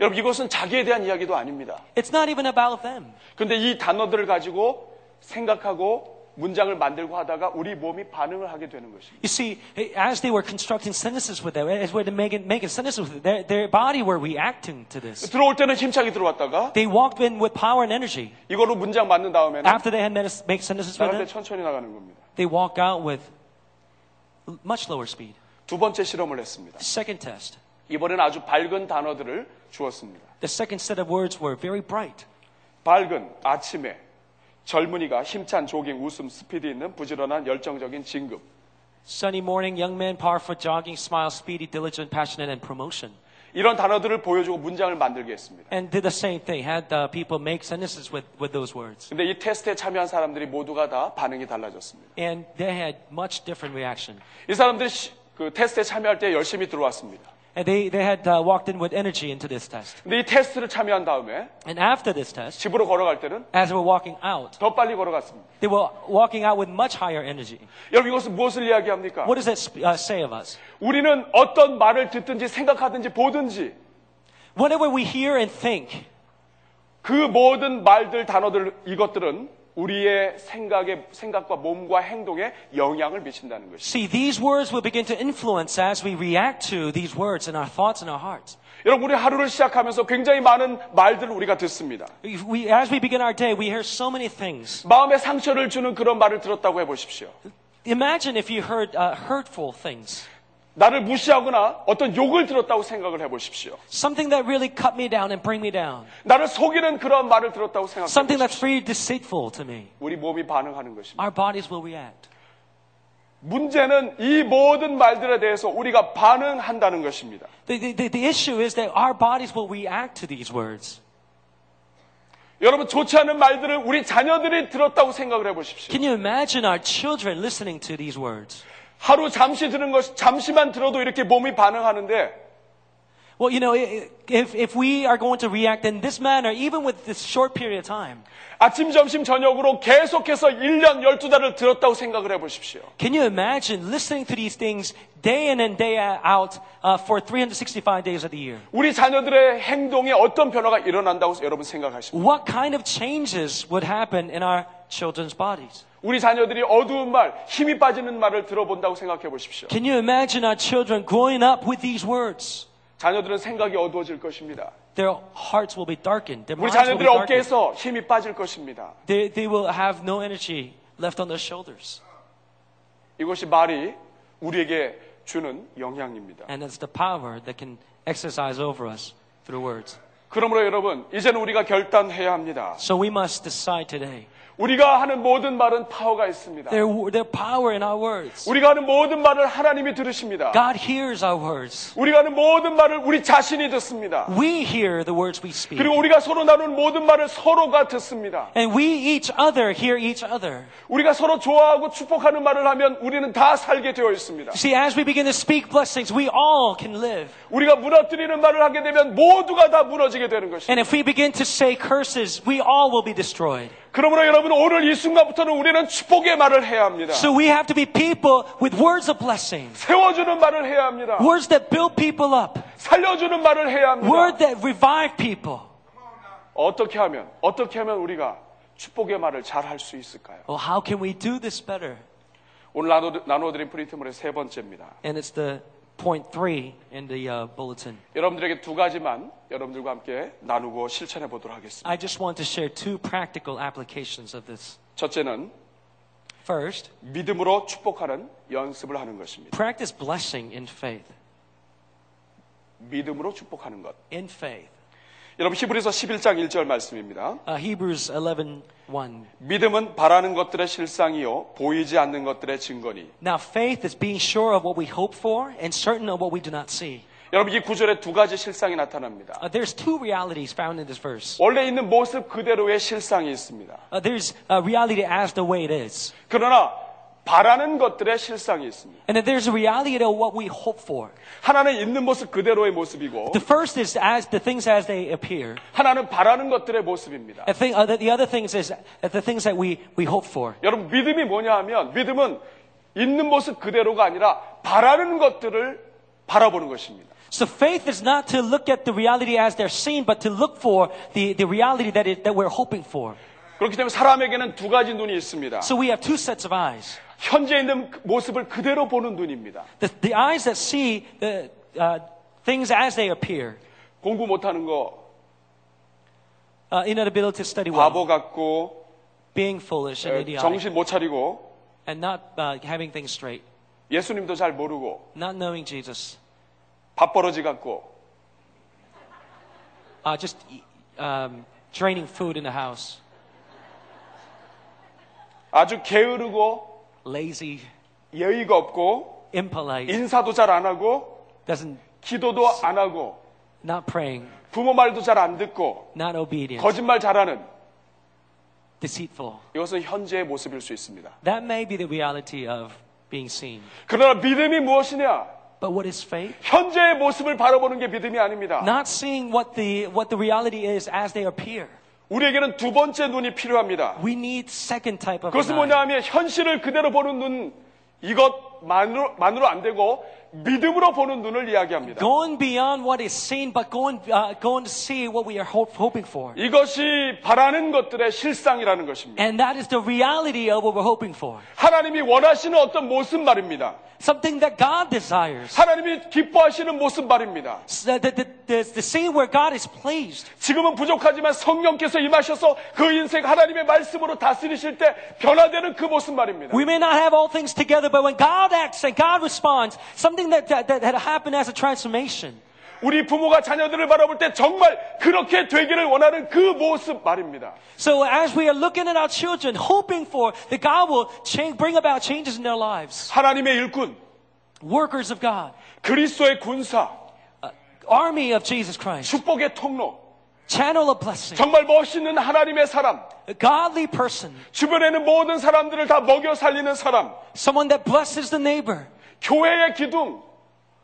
Speaker 5: 여러분, 이것은 자기에 대한 이야기도 아닙니다.
Speaker 1: It's not even about them.
Speaker 5: 근데 이 단어들을 가지고 생각하고 문장을 만들고 하다가 우리 몸이 반응을 하게 되는 것입니다.
Speaker 1: You see, eh, as they were constructing sentences with them, as they were making, making sentences with it, their, their body were reacting to this.
Speaker 5: 들어올 때는 힘차게 들어왔다가
Speaker 1: They walked in with power and energy.
Speaker 5: 이걸로 문장 만든 다음에는
Speaker 1: After they had medis- make sentences with
Speaker 5: 나갈
Speaker 1: it,
Speaker 5: 때 천천히 나가는 겁니다.
Speaker 1: they walk out with l- much lower speed.
Speaker 5: 두 번째 실험을 했습니다.
Speaker 1: Second test.
Speaker 5: 이번엔 아주 밝은 단어들을 주었습니다.
Speaker 1: The second set of words were very bright.
Speaker 5: 밝은 아침에 젊은이가 힘찬 조깅, 웃음, 스피드 있는 부지런한 열정적인 진급.
Speaker 1: Sunny morning, young man, powerful jogging, smile, speedy, diligent, passionate, and promotion.
Speaker 5: 이런 단어들을 보여주고 문장을 만들게 했습니다.
Speaker 1: And did the same thing, had uh, people make sentences with, with those words.
Speaker 5: 근데 이 테스트에 참여한 사람들이 모두가 다 반응이 달라졌습니다.
Speaker 1: And they had much different reaction.
Speaker 5: 이 사람들이 시- 그 테스트에 참여할 때 열심히 들어왔습니다.
Speaker 1: And they, they had uh, walked in with energy into this test.
Speaker 5: 근데 이 테스트를 참여한 다음에
Speaker 1: And after this test,
Speaker 5: 집으로 걸어갈 때는
Speaker 1: as they were walking out,
Speaker 5: 더 빨리 걸어갔습니다.
Speaker 1: they were walking out with much higher energy.
Speaker 5: 여러분 이것은 무엇을 이야기합니까?
Speaker 1: What does that sp- uh, say of us?
Speaker 5: 우리는 어떤 말을 듣든지 생각하든지 보든지
Speaker 1: Whenever we hear and think,
Speaker 5: 그 모든 말들, 단어들, 이것들은 우리의 생각에, 생각과 몸과 행동에 영향을 미친다는 것입니다.
Speaker 1: see, these words will begin to influence as we react to these words in our thoughts and our hearts.
Speaker 5: 여러분, 우리 하루를 시작하면서 굉장히 많은 말들을 우리가 듣습니다.
Speaker 1: If we, as we begin our day, we hear so many things.
Speaker 5: 마음에 상처를 주는 그런 말을 들었다고 해보십시오.
Speaker 1: Imagine if you heard uh, hurtful things,
Speaker 5: 나를 무시하거나 어떤 욕을 들었다고 생각을 해보십시오.
Speaker 1: something that really cut me down and bring me down,
Speaker 5: 나를 속이는 그런 말을 들었다고
Speaker 1: something
Speaker 5: 생각해보십시오.
Speaker 1: that's really deceitful to me.
Speaker 5: 우리 몸이 반응하는 것입니다.
Speaker 1: Our bodies will react.
Speaker 5: 문제는 이 모든 말들에 대해서 우리가 반응한다는 것입니다.
Speaker 1: The- the- the, the issue is that our bodies will react to these words.
Speaker 5: 여러분, 좋지 않은 말들을 우리 자녀들이 들었다고 생각을 해보십시오.
Speaker 1: Can you imagine our children listening to these words?
Speaker 5: 하루 잠시 들은 것, 잠시만 들어도 이렇게 몸이 반응하는데
Speaker 1: Well, you know, i- i- if, if we are going to react in this manner, even with this short period of time,
Speaker 5: 아침, 점심, 저녁으로 계속해서 1년 12달을 들었다고 생각을 해보십시오.
Speaker 1: can you imagine listening to these things day in and day out uh, for 365 days of the year?
Speaker 5: 우리 자녀들의 행동에 어떤 변화가 일어난다고 여러분 생각하십니까?
Speaker 1: What kind of changes would happen in our children's bodies?
Speaker 5: 우리 자녀들이 어두운 말, 힘이 빠지는 말을 들어본다고 생각해 보십시오.
Speaker 1: Can you imagine our children growing up with these words?
Speaker 5: 자녀들은 생각이 어두워질 것입니다.
Speaker 1: Their hearts will be darkened. Their
Speaker 5: 우리
Speaker 1: minds will be
Speaker 5: 자녀들의
Speaker 1: darkened.
Speaker 5: 어깨에서 힘이 빠질 것입니다.
Speaker 1: They, they will have no energy left on their shoulders.
Speaker 5: 이것이 말이 우리에게 주는 영향입니다.
Speaker 1: And it's the power that can exercise over us through words.
Speaker 5: 그러므로 여러분, 이제는 우리가 결단해야 합니다.
Speaker 1: So we must decide today.
Speaker 5: 우리가 하는 모든 말은 파워가 있습니다.
Speaker 1: There, there power in our words.
Speaker 5: 우리가 하는 모든 말을 하나님이 들으십니다.
Speaker 1: God hears our words.
Speaker 5: 우리가 하는 모든 말을 우리 자신이 듣습니다.
Speaker 1: We hear the words we speak.
Speaker 5: 그리고 우리가 서로 나누는 모든 말을 서로가 듣습니다.
Speaker 1: And we each other hear each other.
Speaker 5: 우리가 서로 좋아하고 축복하는 말을 하면 우리는 다 살게 되어 있습니다.
Speaker 1: See, as we begin to speak blessings, we all can live.
Speaker 5: 우리가 무너뜨리는 말을 하게 되면 모두가 다 무너지게 되는 것입니다.
Speaker 1: And if we begin to say curses, we all will be destroyed.
Speaker 5: 그러므로 여러분 오늘 이 순간부터는 우리는 축복의 말을 해야 합니다.
Speaker 1: So we have to be people with words of blessing.
Speaker 5: 세워주는 말을 해야 합니다.
Speaker 1: Words that build people up.
Speaker 5: 살려주는 말을 해야 합니다.
Speaker 1: Word that revive people.
Speaker 5: 어떻게 하면 어떻게 하면 우리가 축복의 말을 잘 할 수 있을까요?
Speaker 1: Well, how can we do this better?
Speaker 5: 오늘 나눠, 나눠드린 프리트물의 세 번째입니다.
Speaker 1: And it's the point three in the uh, bulletin.
Speaker 5: 여러분들에게 두 가지만 여러분들과 함께 나누고 실천해 보도록 하겠습니다.
Speaker 1: I just want to share two practical applications of this.
Speaker 5: 첫째는
Speaker 1: First,
Speaker 5: 믿음으로 축복하는 연습을 하는 것입니다.
Speaker 1: practice blessing in faith.
Speaker 5: 믿음으로 축복하는 것.
Speaker 1: In faith.
Speaker 5: 여러분 히브리서 11장 1절 말씀입니다.
Speaker 1: Uh, Hebrews 11:1.
Speaker 5: 믿음은 바라는 것들의 실상이요 보이지 않는 것들의 증거니.
Speaker 1: Now faith is being sure of what we hope for and certain of what we do not see.
Speaker 5: 여러분 이 구절에 두 가지 실상이 나타납니다.
Speaker 1: Uh, there's two realities found in this verse.
Speaker 5: 원래 있는 모습 그대로의 실상이 있습니다.
Speaker 1: Uh, there's a reality as the way it is.
Speaker 5: 그러나 바라는 것들의 실상이 있습니다.
Speaker 1: And then there's a reality of what we hope for.
Speaker 5: 하나는 있는 모습 그대로의 모습이고
Speaker 1: The first is as the things as they appear.
Speaker 5: 하나는 바라는 것들의 모습입니다.
Speaker 1: The, thing, uh, the, the other things is uh, the things that we, we hope for.
Speaker 5: 여러분 믿음이 뭐냐 하면 믿음은 있는 모습 그대로가 아니라 바라는 것들을 바라보는 것입니다.
Speaker 1: So faith is not to look at the reality as they're seen, but to look for the, the reality that, it, that we're hoping for.
Speaker 5: 그렇기 때문에 사람에게는 두 가지 눈이 있습니다.
Speaker 1: So we have two sets of eyes.
Speaker 5: 현재 있는 그 모습을 그대로 보는 눈입니다.
Speaker 1: The, the eyes that see the, uh, things as they appear.
Speaker 5: 공부 못하는 거,
Speaker 1: Uh, inability to study
Speaker 5: 바보
Speaker 1: well.
Speaker 5: 같고,
Speaker 1: Being foolish and
Speaker 5: 에,
Speaker 1: idiotic.
Speaker 5: 정신 못 차리고,
Speaker 1: And not uh, having things straight.
Speaker 5: 예수님도 잘 모르고,
Speaker 1: Not knowing Jesus.
Speaker 5: 밥버러지 같고,
Speaker 1: Uh, just um, draining food in the house.
Speaker 5: 아주 게으르고,
Speaker 1: Lazy.
Speaker 5: 예의가 없고,
Speaker 1: Impolite.
Speaker 5: 인사도 잘 안 하고,
Speaker 1: Doesn't,
Speaker 5: 기도도 안 하고,
Speaker 1: not praying.
Speaker 5: 부모 말도 잘 안 듣고,
Speaker 1: Not obedient.
Speaker 5: 거짓말 잘하는
Speaker 1: Deceitful.
Speaker 5: 이것은 현재의 모습일 수 있습니다.
Speaker 1: That may be the reality of being seen.
Speaker 5: 그러나 믿음이 무엇이냐?
Speaker 1: But what is faith?
Speaker 5: 현재의 모습을 바라보는 게 믿음이 아닙니다.
Speaker 1: Not seeing what the, what the reality is as they appear.
Speaker 5: 우리에게는 두 번째 눈이 필요합니다.
Speaker 1: We need second type of
Speaker 5: 그것은
Speaker 1: an
Speaker 5: 뭐냐
Speaker 1: eye.
Speaker 5: 하면 현실을 그대로 보는 눈 이것만으로 만으로 안 되고 믿음으로 보는 눈을 이야기합니다.
Speaker 1: Going beyond what is seen, but going, uh, going to see what we are hope, hoping for.
Speaker 5: 이것이 바라는 것들의 실상이라는 것입니다.
Speaker 1: And that is the reality of what we're hoping for.
Speaker 5: 하나님이 원하시는 어떤 모습 말입니다.
Speaker 1: Something that God desires.
Speaker 5: 하나님이 기뻐하시는 모습 말입니다.
Speaker 1: The, the, the, the, the scene where God is pleased.
Speaker 5: 지금은 부족하지만 성령께서 임하셔서 그 인생 하나님의 말씀으로 다스리실 때 변화되는 그 모습 말입니다.
Speaker 1: We may not have all things together, but when God acts and God responds, something that, that, that had happened as a transformation.
Speaker 5: 우리 부모가 자녀들을 바라볼 때 정말 그렇게 되기를 원하는 그 모습 말입니다.
Speaker 1: So as we are looking at our children, hoping for that God will change, bring about changes in their lives.
Speaker 5: 하나님의 일꾼,
Speaker 1: Workers of God,
Speaker 5: 그리스도의 군사,
Speaker 1: army of Jesus Christ,
Speaker 5: 축복의 통로,
Speaker 1: channel of blessing,
Speaker 5: 정말 멋있는 하나님의 사람,
Speaker 1: a godly person,
Speaker 5: 주변에 있는 모든 사람들을 다 먹여 살리는 사람,
Speaker 1: someone that blesses the neighbor,
Speaker 5: 교회의 기둥,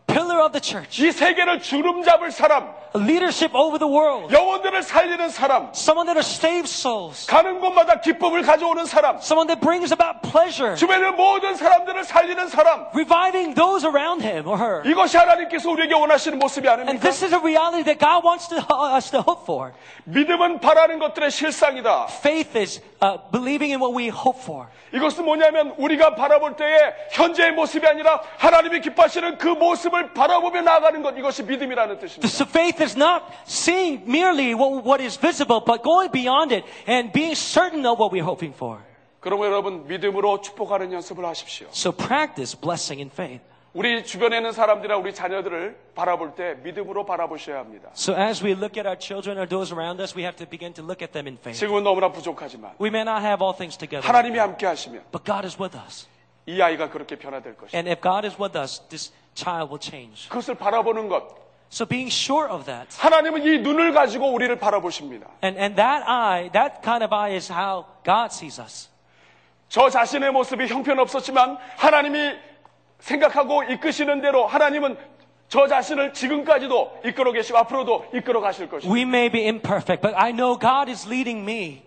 Speaker 1: pillar of the church,
Speaker 5: 이 세계를 주름 잡을 사람,
Speaker 1: leadership over the world,
Speaker 5: 영혼들을 살리는 사람,
Speaker 1: someone that saves souls,
Speaker 5: 가는 곳마다 기쁨을 가져오는 사람,
Speaker 1: someone that brings about pleasure,
Speaker 5: 주변에 있는 모든 사람들을 살리는 사람,
Speaker 1: reviving those around him or her.
Speaker 5: 이것이 하나님께서 우리에게 원하시는 모습이
Speaker 1: And
Speaker 5: 아닙니까?
Speaker 1: this is a reality that God wants to, us to hope for.
Speaker 5: 믿음은 바라는 것들의 실상이다.
Speaker 1: Faith is uh, believing in what we hope for.
Speaker 5: 이것은 뭐냐면 우리가 바라볼 때에 현재의 모습이 아니라 하나님이 기뻐하시는 그 모습을 바라보며 나아가는 것 이것이 믿음이라는 뜻입니다.
Speaker 1: So faith is not seeing merely what, what is visible, but going beyond it and being certain of what we're hoping for.
Speaker 5: 그러므로 여러분 믿음으로 축복하는 연습을 하십시오.
Speaker 1: So practice blessing in faith.
Speaker 5: 우리 주변에 있는 사람들이나 우리 자녀들을 바라볼 때 믿음으로 바라보셔야 합니다.
Speaker 1: So as we look at our children or those around us, we have to begin to look at them in faith.
Speaker 5: 지금은 너무나 부족하지만
Speaker 1: We may not have all things together,
Speaker 5: 하나님이 함께 하시면
Speaker 1: but God is with us.
Speaker 5: 이 아이가 그렇게 변화될 것입니다.
Speaker 1: And if God is with us, this child will change.
Speaker 5: 그것을 바라보는 것
Speaker 1: So being sure of that,
Speaker 5: 하나님은 이 눈을 가지고 우리를 바라보십니다.
Speaker 1: and, and that eye, that kind of eye is how God sees us.
Speaker 5: 저 자신의 모습이 형편없었지만 하나님이 생각하고 이끄시는 대로 하나님은 저 자신을 지금까지도 이끌어 계시고 앞으로도 이끌어 가실 것입니다.
Speaker 1: We may be imperfect, but I know God is leading me.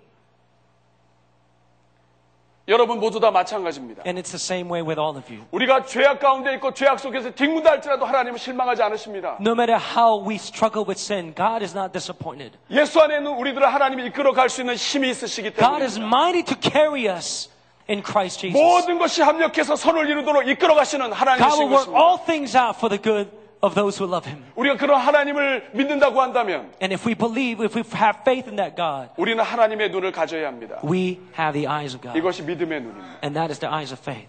Speaker 5: 여러분 모두 다 마찬가지입니다.
Speaker 1: And it's the same way with all of you.
Speaker 5: 우리가 죄악 가운데 있고 죄악 속에서 뒹군다 할지라도 하나님은 실망하지 않으십니다.
Speaker 1: No matter how we struggle with sin, God is not disappointed.
Speaker 5: 예수 안에는 우리들을 하나님이 이끌어 갈 수 있는 힘이 있으시기
Speaker 1: God is
Speaker 5: 때문에
Speaker 1: mighty to carry us in Christ Jesus.
Speaker 5: 모든 것이 합력해서 선을 이루도록 이끌어 가시는
Speaker 1: God will work
Speaker 5: 하나님이시고
Speaker 1: all things out for the good of those who love Him.
Speaker 5: 우리가 그런 하나님을 믿는다고 한다면
Speaker 1: And if we believe, if we have faith in that God,
Speaker 5: 우리는 하나님의 눈을 가져야 합니다.
Speaker 1: we have the eyes of God.
Speaker 5: 이것이 믿음의 눈입니다.
Speaker 1: And that is the eyes of faith.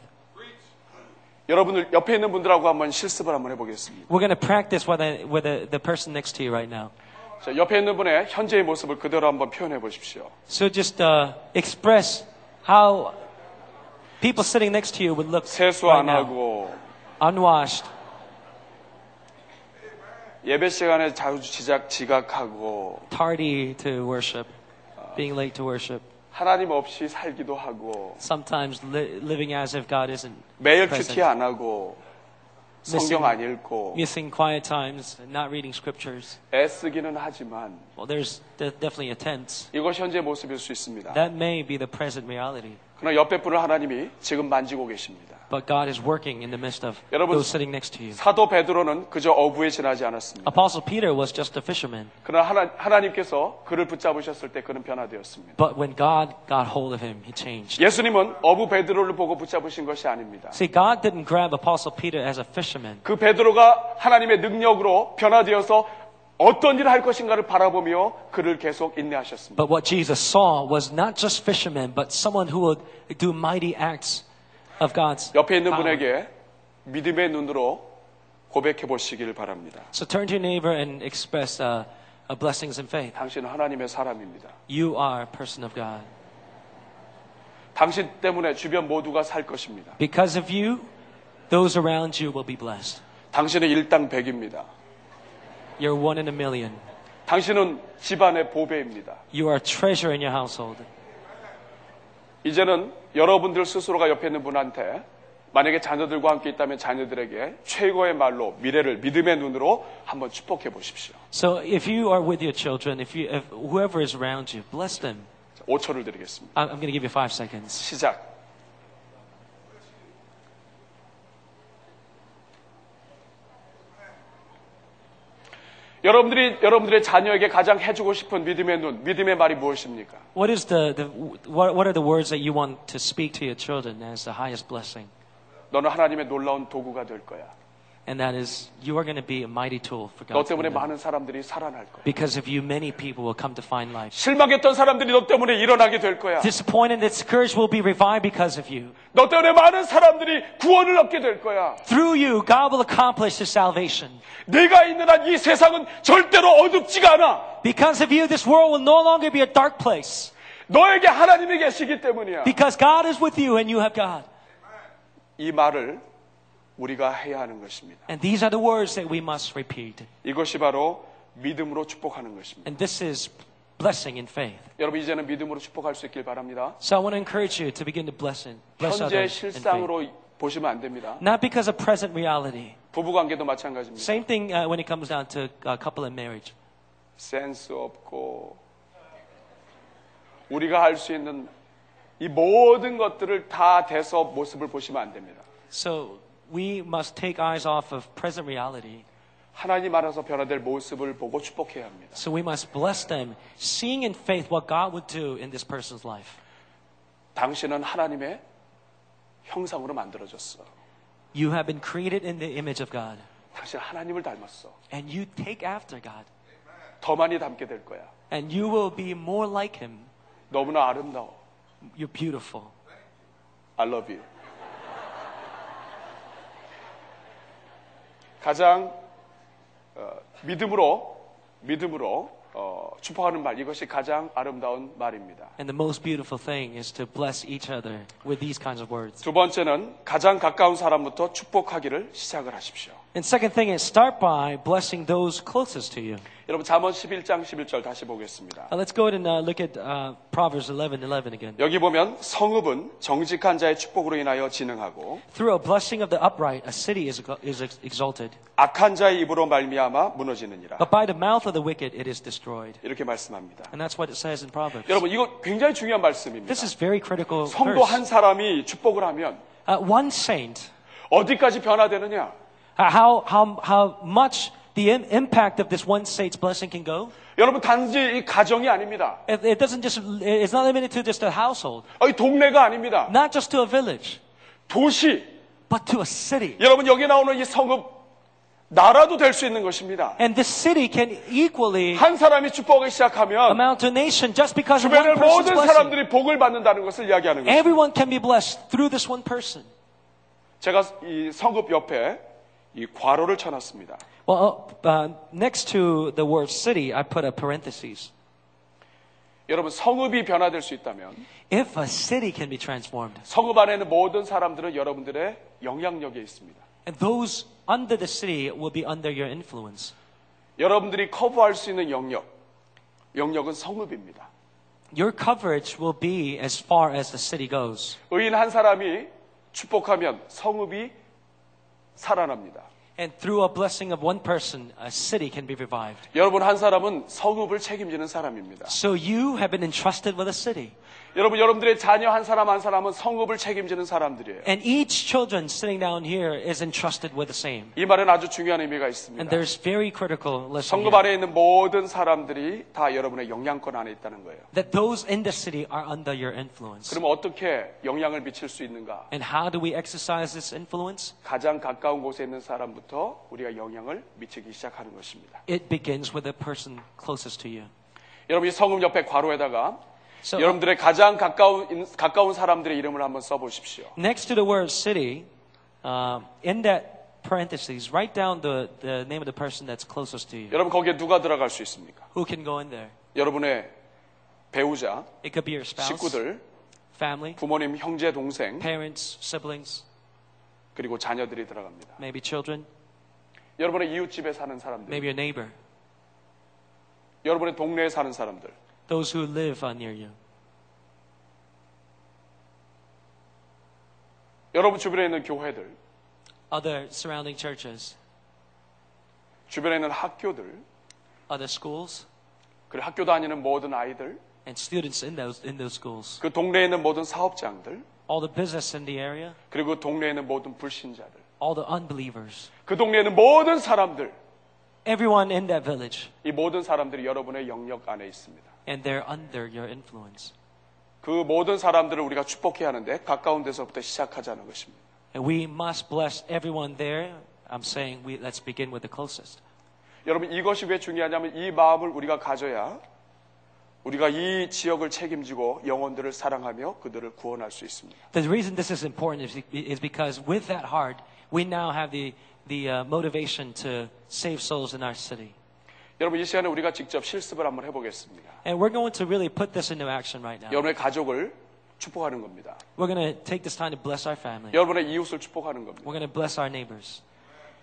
Speaker 5: 여러분들 옆에 있는 분들하고 한번 실습을 한번 해보겠습니다.
Speaker 1: We're going to practice with, the, with the, the person next to you right now.
Speaker 5: 자, 옆에 있는 분의 현재의 모습을 그대로 한번 표현해 보십시오.
Speaker 1: So just uh, express how people sitting next to you would look
Speaker 5: 세수
Speaker 1: right
Speaker 5: 안
Speaker 1: now.
Speaker 5: 하고
Speaker 1: Unwashed,
Speaker 5: 예배 시간에 자주 지작 지각하고
Speaker 1: tardy to worship, being late to worship,
Speaker 5: 하나님 없이 살기도 하고
Speaker 1: sometimes li- living as if God isn't
Speaker 5: 매일
Speaker 1: present.
Speaker 5: 큐티 안 하고 성경 안 읽고
Speaker 1: missing quiet times, not reading scriptures.
Speaker 5: 애쓰기는 하지만
Speaker 1: Well, there's de- definitely a tense.
Speaker 5: 이것이 현재 모습일 수 있습니다.
Speaker 1: That may be the present reality,
Speaker 5: 그러나 옆에 분을 하나님이 지금 만지고 계십니다.
Speaker 1: but God is working in the midst of
Speaker 5: 여러분,
Speaker 1: those sitting next to you.
Speaker 5: 사도 베드로는 그저 어부에 지나지 않았습니다.
Speaker 1: Apostle Peter was just a fisherman,
Speaker 5: 그러나 하나, 하나님께서 그를 붙잡으셨을 때 그는 변화되었습니다.
Speaker 1: but when God got hold of him, he changed.
Speaker 5: 예수님은 어부 베드로를 보고 붙잡으신 것이 아닙니다.
Speaker 1: See, God didn't grab Apostle Peter as a fisherman.
Speaker 5: 그 베드로가 하나님의 능력으로 변화되어서 어떤 일을 할 것인가를 바라보며 그를 계속 인내하셨습니다.
Speaker 1: But what Jesus saw was not just fishermen, but someone who would do mighty acts of God's
Speaker 5: 옆에 있는
Speaker 1: power.
Speaker 5: 분에게 믿음의 눈으로 고백해 보시기를 바랍니다.
Speaker 1: So turn to your neighbor and express uh, uh, blessings and faith.
Speaker 5: 당신은 하나님의 사람입니다.
Speaker 1: You are a person of God.
Speaker 5: 당신 때문에 주변 모두가 살 것입니다.
Speaker 1: Because of you, those around you will be blessed.
Speaker 5: 당신은 일당 백입니다.
Speaker 1: You're one in a million.
Speaker 5: 당신은 집안의 보배입니다.
Speaker 1: You are a treasure in your household.
Speaker 5: 이제는 여러분들 스스로가 옆에 있는 분한테 만약에 자녀들과 함께 있다면 자녀들에게 최고의 말로 미래를 믿음의 눈으로 한번 축복해 보십시오.
Speaker 1: So if you are with your children, if you, if whoever is around you, bless them.
Speaker 5: 5초를 드리겠습니다.
Speaker 1: I- I'm going to give you five seconds.
Speaker 5: 시작. 여러분들이 여러분들의 자녀에게 가장 해주고 싶은 믿음의 눈, 믿음의 말이 무엇입니까?
Speaker 1: What is the, the what, what are the words that you want to speak to your children as the highest blessing?
Speaker 5: 너는 하나님의 놀라운 도구가 될 거야.
Speaker 1: And that is, you are going to be a mighty tool for
Speaker 5: 너
Speaker 1: God.
Speaker 5: 때문에 많은 사람들이 살아날 거야.
Speaker 1: Because of you, many people will come to find life.
Speaker 5: 실망했던 사람들이 너 때문에 일어나게 될 거야.
Speaker 1: Disappointed and discouraged will be revived because of you.
Speaker 5: 너 때문에 많은 사람들이 구원을 얻게 될 거야.
Speaker 1: Through you, God will accomplish His salvation.
Speaker 5: 내가 있는 한 이 세상은 절대로 어둡지가 않아.
Speaker 1: Because of you, this world will no longer be a dark place.
Speaker 5: 너에게 하나님이 계시기 때문이야.
Speaker 1: Because God is with you and you have God.
Speaker 5: 이 말을 우리가 해야 하는 것입니다.
Speaker 1: And these are the words that we must repeat.
Speaker 5: 이것이 바로 믿음으로 축복하는 것입니다.
Speaker 1: And this is blessing in faith.
Speaker 5: 여러분 이제는 믿음으로 축복할 수 있길 바랍니다.
Speaker 1: So I want to encourage you to begin to bless, and bless
Speaker 5: 현재
Speaker 1: others in faith.
Speaker 5: 실상으로 보시면 안 됩니다.
Speaker 1: Not because of present reality.
Speaker 5: 부부 관계도 마찬가지입니다.
Speaker 1: Same thing uh, when it comes down to a couple and marriage.
Speaker 5: 센스 없고 우리가 할 수 있는 이 모든 것들을 다 대서 모습을 보시면 안 됩니다.
Speaker 1: So we must take eyes off of present reality.
Speaker 5: 하나님 알아서 변화될 모습을 보고 축복해야 합니다.
Speaker 1: So we must bless them, seeing in faith what God would do in this person's life.
Speaker 5: 당신은 하나님의 형상으로 만들어졌어.
Speaker 1: You have been created in the image of God,
Speaker 5: 당신 하나님을 닮았어.
Speaker 1: and you take after God,
Speaker 5: 더 많이 닮게 될 거야.
Speaker 1: and you will be more like Him.
Speaker 5: 너무나 아름다워.
Speaker 1: You're beautiful.
Speaker 5: I love you. 가장 어, 믿음으로 믿음으로 어, 축복하는 말 이것이 가장 아름다운 말입니다.
Speaker 1: And the most beautiful thing is to bless each other with these kinds of words.
Speaker 5: 두 번째는 가장 가까운 사람부터 축복하기를 시작을 하십시오.
Speaker 1: And second thing is start by blessing those closest to you.
Speaker 5: 여러분 잠언 11장 11절 다시 보겠습니다.
Speaker 1: Uh, let's go ahead and uh, look at uh, Proverbs 11:11 again.
Speaker 5: 여기 보면 성읍은 정직한 자의 축복으로 인하여 진흥하고
Speaker 1: Through a blessing of the upright, a city is, is ex- exalted,
Speaker 5: 악한 자의 입으로 말미암아 무너지느니라.
Speaker 1: but by the mouth of the wicked it is destroyed.
Speaker 5: 이렇게 말씀합니다.
Speaker 1: And that's what it says in Proverbs.
Speaker 5: 여러분 이거 굉장히 중요한 말씀입니다.
Speaker 1: This is very critical.
Speaker 5: 성도
Speaker 1: Verse.
Speaker 5: 한 사람이 축복을 하면
Speaker 1: Uh, one saint,
Speaker 5: 어디까지 변화되느냐?
Speaker 1: uh, how, how, how much the im- impact of this one saint's blessing can go.
Speaker 5: 여러분 단지 이 가정이 아닙니다.
Speaker 1: It, it doesn't just, it's not limited to just a household.
Speaker 5: 어, 이 동네가 아닙니다.
Speaker 1: Not just to a village.
Speaker 5: 도시.
Speaker 1: But to a city.
Speaker 5: 여러분 여기 나오는 이 성읍 나라도 될 수 있는 것입니다.
Speaker 1: And this city can equally
Speaker 5: 한 사람이 축복하기 시작하면
Speaker 1: amount to a nation just because of one
Speaker 5: 주변의
Speaker 1: person's
Speaker 5: 모든
Speaker 1: blessing.
Speaker 5: 사람들이 복을 예. 받는다는 것을 이야기하는 것입니다.
Speaker 1: Everyone can be blessed through this one person.
Speaker 5: 제가 이 성읍 옆에 이 괄호를 쳐놨습니다.
Speaker 1: Well, uh, uh, next to the word city, I put a parenthesis.
Speaker 5: 여러분 성읍이 변화될 수 있다면
Speaker 1: If a city can be transformed,
Speaker 5: 성읍 안에 있는 모든 사람들은 여러분들의 영향력에 있습니다.
Speaker 1: and those under the city will be under your influence.
Speaker 5: 여러분들이 커버할 수 있는 영역, 영역은 성읍입니다.
Speaker 1: Your coverage will be as far as the city goes.
Speaker 5: 의인 한 사람이 축복하면 성읍이 살아납니다.
Speaker 1: And through a blessing of one person, a city can be revived.
Speaker 5: 여러분 한 사람은 성읍을 책임지는 사람입니다.
Speaker 1: So you have been entrusted with a city.
Speaker 5: 여러분 여러분들의 자녀 한 사람 한 사람은 성읍을 책임지는 사람들이에요.
Speaker 1: And each children sitting down here is entrusted with the same.
Speaker 5: 이 말은 아주 중요한 의미가
Speaker 1: And
Speaker 5: 있습니다.
Speaker 1: there's very critical lesson
Speaker 5: 성읍
Speaker 1: here,
Speaker 5: 안에 있는 모든 사람들이 다 여러분의 영향권 안에 있다는 거예요.
Speaker 1: that those in the city are under your influence.
Speaker 5: 그럼 어떻게 영향을 미칠 수 있는가?
Speaker 1: And how do we exercise this influence?
Speaker 5: 가장 가까운 곳에 있는 사람부터 우리가 영향을 미치기 시작하는 것입니다.
Speaker 1: It begins with the person closest to you.
Speaker 5: 여러분 이 성읍 옆에 괄호에다가
Speaker 1: So-
Speaker 5: 여러분들의 가장 가까운 인- 가까운 사람들의 이름을 한번 써보십시오.
Speaker 1: Next to the word city, uh, in that parentheses, write down the, the name of the person that's closest to you.
Speaker 5: 여러분 거기에 누가 들어갈 수 있습니까?
Speaker 1: Who can go in there?
Speaker 5: 여러분의 배우자,
Speaker 1: It could be your spouse,
Speaker 5: 식구들,
Speaker 1: family,
Speaker 5: 부모님, 형제, 동생
Speaker 1: parents, siblings,
Speaker 5: 그리고 자녀들이 들어갑니다.
Speaker 1: maybe children,
Speaker 5: 여러분의 이웃집에 사는 사람들,
Speaker 1: maybe your neighbor,
Speaker 5: 여러분의 동네에 사는 사람들,
Speaker 1: those who live uh, near you,
Speaker 5: 여러분 주변에 있는 교회들,
Speaker 1: other surrounding churches,
Speaker 5: 주변에 있는 학교들,
Speaker 1: other schools,
Speaker 5: 그리고 학교 다니는 모든 아이들,
Speaker 1: and students in those, in those schools,
Speaker 5: 그 동네에 있는 모든 사업장들,
Speaker 1: all the business in the area,
Speaker 5: 그리고 동네에 있는 모든 불신자들,
Speaker 1: all the unbelievers,
Speaker 5: 그 동네에 있는 모든 사람들,
Speaker 1: everyone in that village,
Speaker 5: 이 모든 사람들이 여러분의 영역 안에 있습니다.
Speaker 1: and they're under your influence.
Speaker 5: 그 모든 사람들을 우리가 축복해야 하는데 가까운 데서부터 시작하자는 것입니다.
Speaker 1: And we must bless everyone there. I'm saying we, let's begin with the closest.
Speaker 5: 여러분 이것이 왜 중요하냐면 이 마음을 우리가 가져야 우리가 이 지역을 책임지고 영혼들을 사랑하며 그들을 구원할 수 있습니다.
Speaker 1: The reason this is important is, is because with that heart, we now have the, the uh, motivation to save souls in our city.
Speaker 5: 여러분 이 시간에 우리가 직접 실습을 한번 해보겠습니다.
Speaker 1: And we're going to really put this into action right now.
Speaker 5: 여러분의 가족을 축복하는 겁니다.
Speaker 1: We're going to take this time to bless our family.
Speaker 5: 여러분의 이웃을 축복하는 겁니다.
Speaker 1: We're going to bless our neighbors,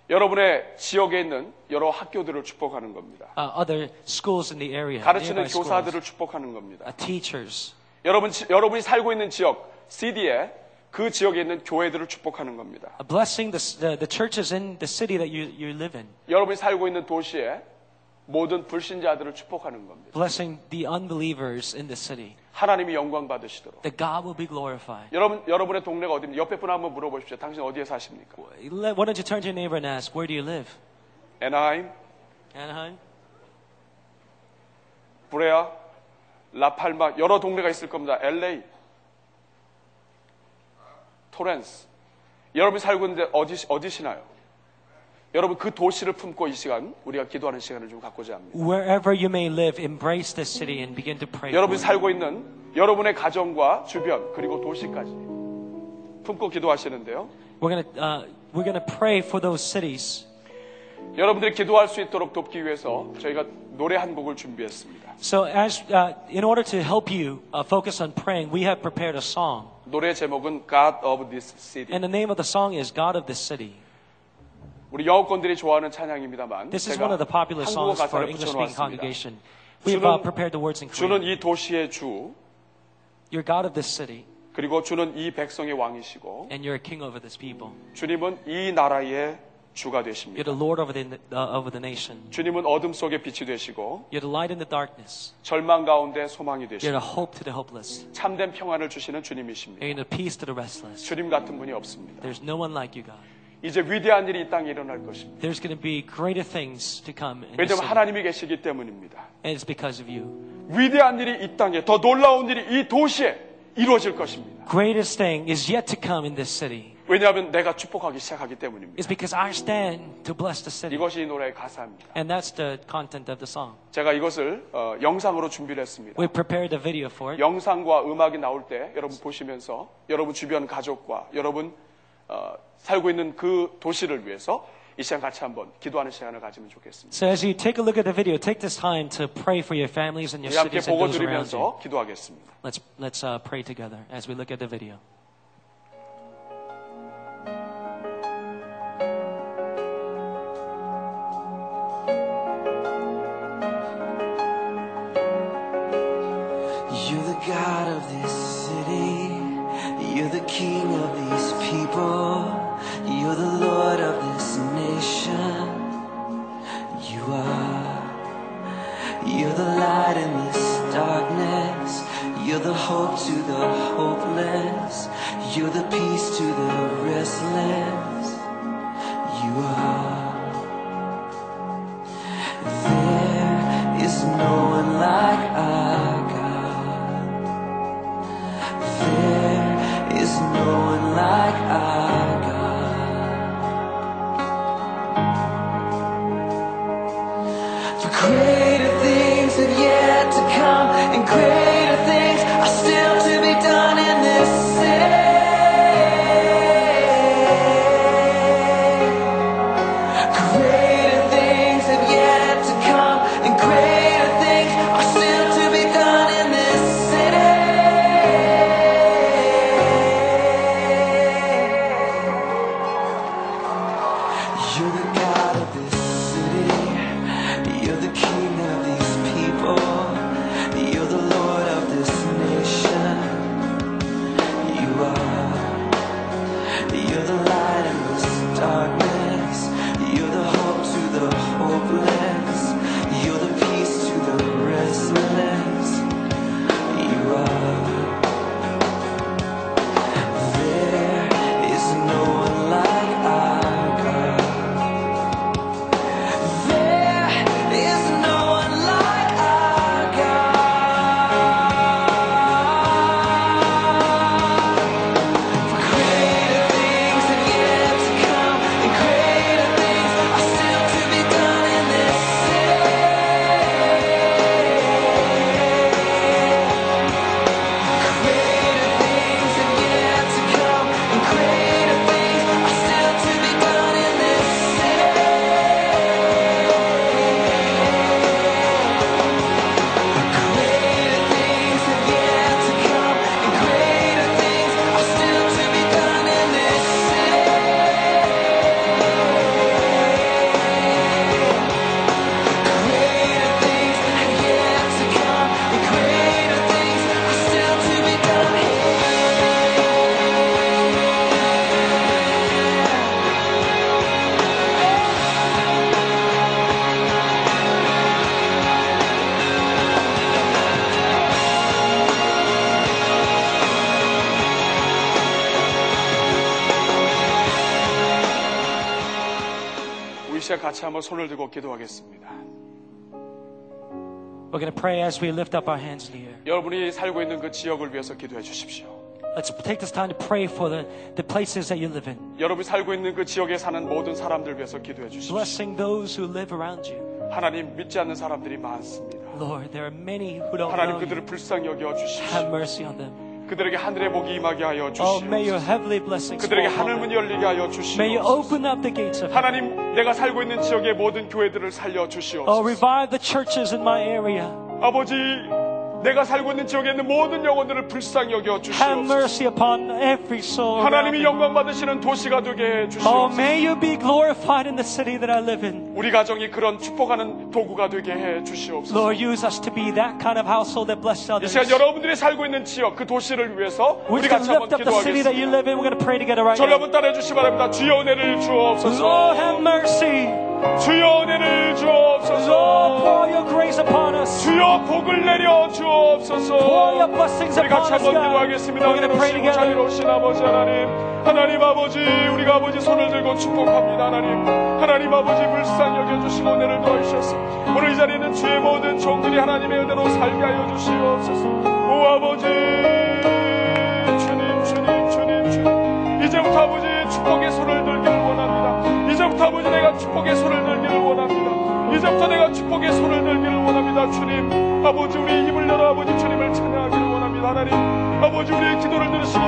Speaker 5: 여러분의 지역에 있는 여러 학교들을 축복하는 겁니다.
Speaker 1: uh, other schools in the area,
Speaker 5: 네, 가르치는
Speaker 1: nearby schools,
Speaker 5: 교사들을 축복하는 겁니다.
Speaker 1: uh, teachers.
Speaker 5: 여러분 지- 여러분이 살고 있는 지역 CD에 그 지역에 있는 교회들을 축복하는 겁니다.
Speaker 1: Uh, Blessing the, s- the, the churches in the city that you, you live in.
Speaker 5: 여러분이 살고 있는 도시에 모든 불신자들을 축복하는 겁니다.
Speaker 1: Blessing the unbelievers in the city.
Speaker 5: 하나님이 영광 받으시도록.
Speaker 1: That God will be glorified.
Speaker 5: 여러분 여러분의 동네가 어디입니까? 옆에 분 한번 물어보십시오. 당신 어디에 사십니까?
Speaker 1: Le- Why don't you turn to your neighbor and ask, where do you live?
Speaker 5: 애나임,
Speaker 1: Anaheim?
Speaker 5: 브레아, 라팔마 여러 동네가 있을 겁니다. LA, 토렌스. 여러분이 살고 있는데 어디 어디시나요? 여러분 그 도시를 품고 이 시간 우리가 기도하는 시간을 좀 갖고자 합니다.
Speaker 1: Wherever you may live, embrace this city and begin to pray. for
Speaker 5: 여러분이
Speaker 1: it.
Speaker 5: 살고 있는 여러분의 가정과 주변 그리고 도시까지 품고 기도하시는데요.
Speaker 1: We're going to uh, we're going to pray for those cities.
Speaker 5: 여러분들이 기도할 수 있도록 돕기 위해서 저희가 노래 한 곡을 준비했습니다.
Speaker 1: So, as uh, in order to help you uh, focus on praying, we have prepared a song,
Speaker 5: 노래 제목은 God of This City.
Speaker 1: and the name of the song is "God of the City."
Speaker 5: 우리 영어권들이 좋아하는 찬양입니다만
Speaker 1: This is
Speaker 5: 제가
Speaker 1: one of the popular songs
Speaker 5: 한국어
Speaker 1: for
Speaker 5: 가사를
Speaker 1: English-speaking
Speaker 5: 붙여놓았습니다.
Speaker 1: congregation. We've uh,
Speaker 5: 주는-
Speaker 1: prepared the words in
Speaker 5: 주는
Speaker 1: Korean.
Speaker 5: 이 도시의 주
Speaker 1: You're God of this city,
Speaker 5: 그리고 주는 이 백성의 왕이시고
Speaker 1: and you're a king over this people.
Speaker 5: 주님은 이 나라의 주가 되십니다.
Speaker 1: You're the Lord over the uh, over the nation.
Speaker 5: 주님은 어둠 속에 빛이 되시고
Speaker 1: You're the light in the darkness.
Speaker 5: 절망 가운데 소망이
Speaker 1: You're the
Speaker 5: 되시고
Speaker 1: hope to the hopeless.
Speaker 5: 참된 평안을 주시는 주님이십니다.
Speaker 1: You're the peace to the restless.
Speaker 5: 주님 같은 분이 없습니다.
Speaker 1: There's no one like you, God.
Speaker 5: 이제 위대한 일이 이 땅에 일어날 것입니다.
Speaker 1: There's going to be greater things to come. In this
Speaker 5: 왜냐하면
Speaker 1: city.
Speaker 5: 하나님이 계시기 때문입니다.
Speaker 1: And it's because of you.
Speaker 5: 위대한 일이 이 땅에 더 놀라운 일이 이 도시에 이루어질 것입니다.
Speaker 1: Greatest thing is yet to come in this city.
Speaker 5: 왜냐하면 내가 축복하기 시작하기 때문입니다.
Speaker 1: It's because I stand to bless the city.
Speaker 5: 이것이 이 노래의 가사입니다.
Speaker 1: And that's the content of the song.
Speaker 5: 제가 이것을 어, 영상으로 준비를 했습니다.
Speaker 1: We prepared a video for it.
Speaker 5: 영상과 음악이 나올 때 여러분 보시면서 여러분 주변 가족과 여러분 어, 살고 있는 그 도시를 위해서 이 시간 같이 한번 기도하는 시간을 가지면 좋겠습니다.
Speaker 1: So as you take a look at the video, take this time to pray for your families and your
Speaker 5: 우리 함께
Speaker 1: cities and
Speaker 5: 보고
Speaker 1: those around you.
Speaker 5: 드리면서 기도하겠습니다.
Speaker 1: Let's let's uh, pray together as we look at the video.
Speaker 13: You're the God of this city. You're the King of these people. You're the Lord of this nation. You are. You're the light in this darkness. You're the hope to the hopeless. You're the peace to the restless. You are. There is no one like our God. There is no one like our God. For greater things have yet to come, and greater things are still to be done in this city. Greater things have yet to come, and greater things are still to be done in this city. You're the God of this city. You're the King of these people. You're the Lord of this nation. You are. You're the light in this darkness. You're the hope to the hopeless. You're the peace to the restless. You are. There is no one like our God. There is no one like our God. Greater things have yet to come, and greater things are still to be done in this city. Greater things have yet to come, and greater things are still to be done in this city. Greater things have yet to come, and greater things are still to be done in this city. Greater things have yet to come, and greater things are still to be done
Speaker 5: 우리 시간 같이 한번 손을 들고 기도하겠습니다.
Speaker 1: We're going to pray as we lift up our hands in the air.
Speaker 5: 여러분이 살고 있는 그 지역을 위해서 기도해 주십시오.
Speaker 1: Let's take this time to pray for the, the places that you live in,
Speaker 5: 여러분이 살고 있는 그 지역에 사는 모든 사람들 위해서 기도해 주십시오.
Speaker 1: blessing those who live around you.
Speaker 5: 하나님 믿지 않는 사람들이 많습니다.
Speaker 1: Lord, there are many who don't know
Speaker 5: 하나님
Speaker 1: you.
Speaker 5: 그들을 불쌍히 여겨 주십시오.
Speaker 1: Have mercy on them.
Speaker 5: 그들에게 하늘의 복이 임하게 하여
Speaker 1: Oh, may your
Speaker 5: 주시옵소서.
Speaker 1: heavenly blessings fall
Speaker 5: 그들에게
Speaker 1: upon them.
Speaker 5: 하늘문 열리게 하여
Speaker 1: May you
Speaker 5: 주시옵소서.
Speaker 1: open up the gates of heaven.
Speaker 5: 하나님, 내가 살고 있는 지역의 모든 교회들을 살려
Speaker 1: Oh,
Speaker 5: 주시옵소서.
Speaker 1: revive the churches in my area.
Speaker 5: 아버지, 내가 살고 있는 지역에 있는 모든 영혼들을 불쌍히
Speaker 1: Have
Speaker 5: 여겨 주시옵소서.
Speaker 1: mercy upon every soul. around
Speaker 5: 하나님이
Speaker 1: me.
Speaker 5: 영광 받으시는 도시가 되게 해
Speaker 1: Oh,
Speaker 5: 주시옵소서.
Speaker 1: may you be glorified in the city that I live in.
Speaker 5: 우리 가정이 그런 축복하는 도구가 되게 해 주시옵소서.
Speaker 1: Lord, use us to be that kind of household that blesses
Speaker 5: 이
Speaker 1: others.
Speaker 5: 시간 여러분들이 살고 있는 지역, 그 도시를 위해서
Speaker 1: We're
Speaker 5: 우리
Speaker 1: just going
Speaker 5: 같이
Speaker 1: to lift
Speaker 5: 한번
Speaker 1: up the city that
Speaker 5: 기도하겠습니다.
Speaker 1: you live in. We're going to pray together right now.
Speaker 5: 저를 한번 따라해 주시기 바랍니다. 주여 은혜를
Speaker 1: Lord,
Speaker 5: 주옵소서.
Speaker 1: have mercy.
Speaker 5: 주여 은혜를
Speaker 1: Lord,
Speaker 5: 주옵소서.
Speaker 1: pour your grace upon us.
Speaker 5: 주여 복을 내려 주옵소서.
Speaker 1: Pour your blessings
Speaker 5: 우리
Speaker 1: upon
Speaker 5: 같이
Speaker 1: us,
Speaker 5: 한번
Speaker 1: God.
Speaker 5: 기도하겠습니다.
Speaker 1: We're going to pray
Speaker 5: 은혜로우시고
Speaker 1: together.
Speaker 5: 자비로우신 아버지 하나님, 하나님 아버지 우리가 아버지 손을 들고 축복합니다 하나님 하나님 아버지 불쌍히 여겨주시고 은혜를 더하셔서 오늘 이 자리에 있는 주의 모든 종들이 하나님의 은혜로 살게 하여 주시옵소서 오 아버지 주님 주님 주님 주님 이제부터 아버지 축복의 손을 들기를 원합니다 이제부터 아버지 내가 축복의 손을 들기를 원합니다 이제부터 내가 축복의 손을 들기를 원합니다 주님 아버지 우리 입을 열어 아버지 주님을 찬양하기를 원합니다 하나님 아버지 우리의 기도를 들으시고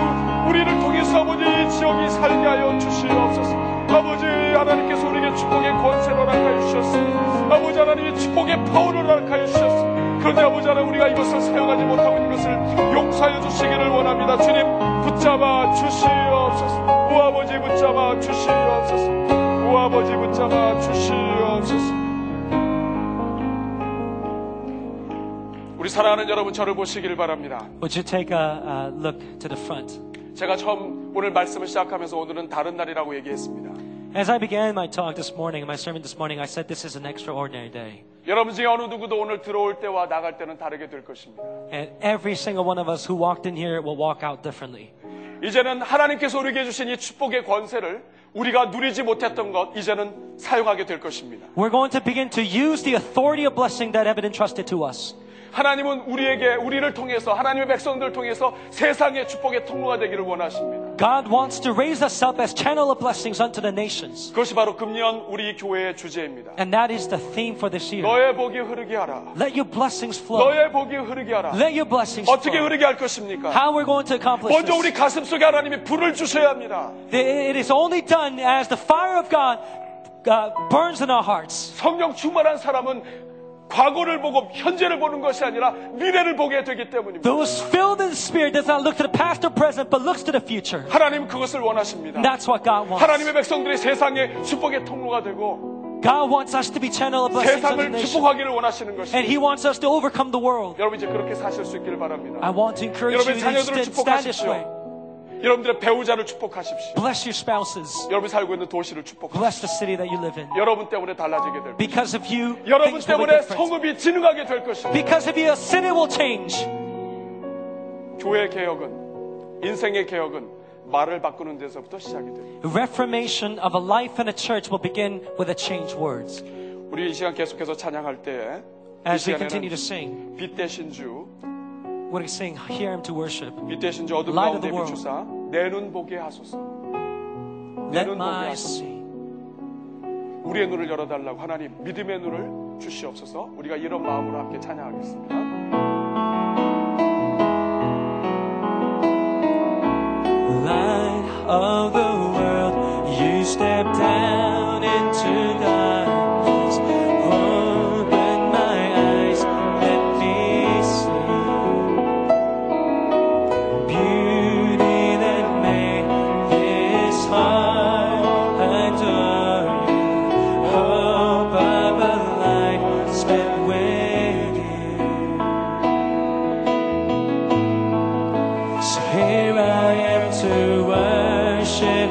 Speaker 5: 우리를 통해서 아버지 이 지역이 살게 하여 주시옵소서 아버지 하나님께서 우리에게 축복의 권세를 허락하여 주셨습니다 아버지 하나님의 축복의 파워를 허락하여 주셨습니다 그런데 아버지 하나님 우리가 이것을 사용하지 못하고 있는 것을 용서하여 주시기를 원합니다 주님 붙잡아 주시옵소서 오 아버지 붙잡아 주시옵소서 오 아버지 붙잡아 주시옵소서 우리 사랑하는 여러분 저를 보시길 바랍니다
Speaker 14: Would you take a, a look to the front?
Speaker 5: 제가 처음 오늘 말씀을 시작하면서 오늘은 다른 날이라고 얘기했습니다
Speaker 14: As I began my talk this morning, my sermon this morning, I said this is an extraordinary day.
Speaker 5: 여러분 중에 어느 누구도 오늘 들어올 때와 나갈 때는 다르게 될 것입니다
Speaker 14: And every single one of us who walked in here will walk out differently.
Speaker 5: 이제는 하나님께서 우리에게 주신 이 축복의 권세를 우리가 누리지 못했던 것 이제는 사용하게 될 것입니다.
Speaker 14: We're going to begin to use the authority of blessing that have been entrusted to us.
Speaker 5: 하나님은 우리에게 우리를 통해서 하나님의 백성들을 통해서 세상의 축복의 통로가 되기를 원하십니다.
Speaker 14: God wants to raise us up as channel of blessings unto the nations.
Speaker 5: 그것이 바로 금년 우리 교회의 주제입니다.
Speaker 14: And that is the theme for this year.
Speaker 5: 너의 복이 흐르게 하라.
Speaker 14: Let your blessings flow.
Speaker 5: 너의 복이 흐르게 하라.
Speaker 14: Let your blessings
Speaker 5: 어떻게
Speaker 14: flow.
Speaker 5: 흐르게 할 것입니까?
Speaker 14: How we're going to accomplish
Speaker 5: 먼저 우리
Speaker 14: this?
Speaker 5: 가슴 속에 하나님이 불을 주셔야 합니다.
Speaker 14: It is only done as the fire of God uh, burns in our hearts.
Speaker 5: 성령 충만한 사람은 과거를 보고 현재를 보는 것이 아니라 미래를 보게 되기 때문입니다.
Speaker 14: Those filled in the Spirit does not look to the past or present, but looks to the future.
Speaker 5: 하나님 그것을 원하십니다.
Speaker 14: And that's what God wants.
Speaker 5: 하나님의 백성들이 세상의 축복의 통로가 되고
Speaker 14: God wants us to be channel of blessings unto the
Speaker 5: 세상을
Speaker 14: nations.
Speaker 5: 축복하기를 원하시는
Speaker 14: And He
Speaker 5: 것입니다.
Speaker 14: wants us to overcome the world.
Speaker 5: 여러분 이제 그렇게 사실 수 있기를
Speaker 14: I
Speaker 5: 바랍니다.
Speaker 14: want to encourage you to
Speaker 5: 여러분의 자녀들을
Speaker 14: stand stand this way.
Speaker 5: 축복하십시오. 여러분들의 배우자를 축복하십시오.
Speaker 14: Bless your spouses.
Speaker 5: 여러분 살고 있는 도시를 축복하십시오.
Speaker 14: Bless the city that you live in.
Speaker 5: 여러분 때문에 달라지게 될 것입니다.
Speaker 14: Because of you,
Speaker 5: 여러분
Speaker 14: things will be
Speaker 5: 때문에
Speaker 14: different.
Speaker 5: 성읍이 진흥하게 될 것입니다.
Speaker 14: Because of you, a city will change.
Speaker 5: 교회 개혁은 인생의 개혁은 말을 바꾸는 데서부터 시작이 됩니다.
Speaker 14: Reformation of a life in a church will begin with a change words.
Speaker 5: 우리 이 시간 계속해서 찬양할 때에 이
Speaker 14: As we continue to sing,
Speaker 5: 시간에는 빛 대신 주,
Speaker 14: we're sing, hear Him to worship.
Speaker 5: 빛 대신 주 어둠
Speaker 14: Light of
Speaker 5: 가운데
Speaker 14: the world.
Speaker 5: 비추사 내 눈 보게 하소서. 내
Speaker 14: Let
Speaker 5: 눈 보게
Speaker 14: my
Speaker 5: 하소서. 우리의 눈을 열어달라고 하나님 믿음의 눈을 주시옵소서. 우리가 이런 마음으로 함께 찬양하겠습니다.
Speaker 1: light of the world, you step down into darkness. Open my eyes, let me see beauty that made this heart adore you. Hope of a life spent with you. So here I am to worship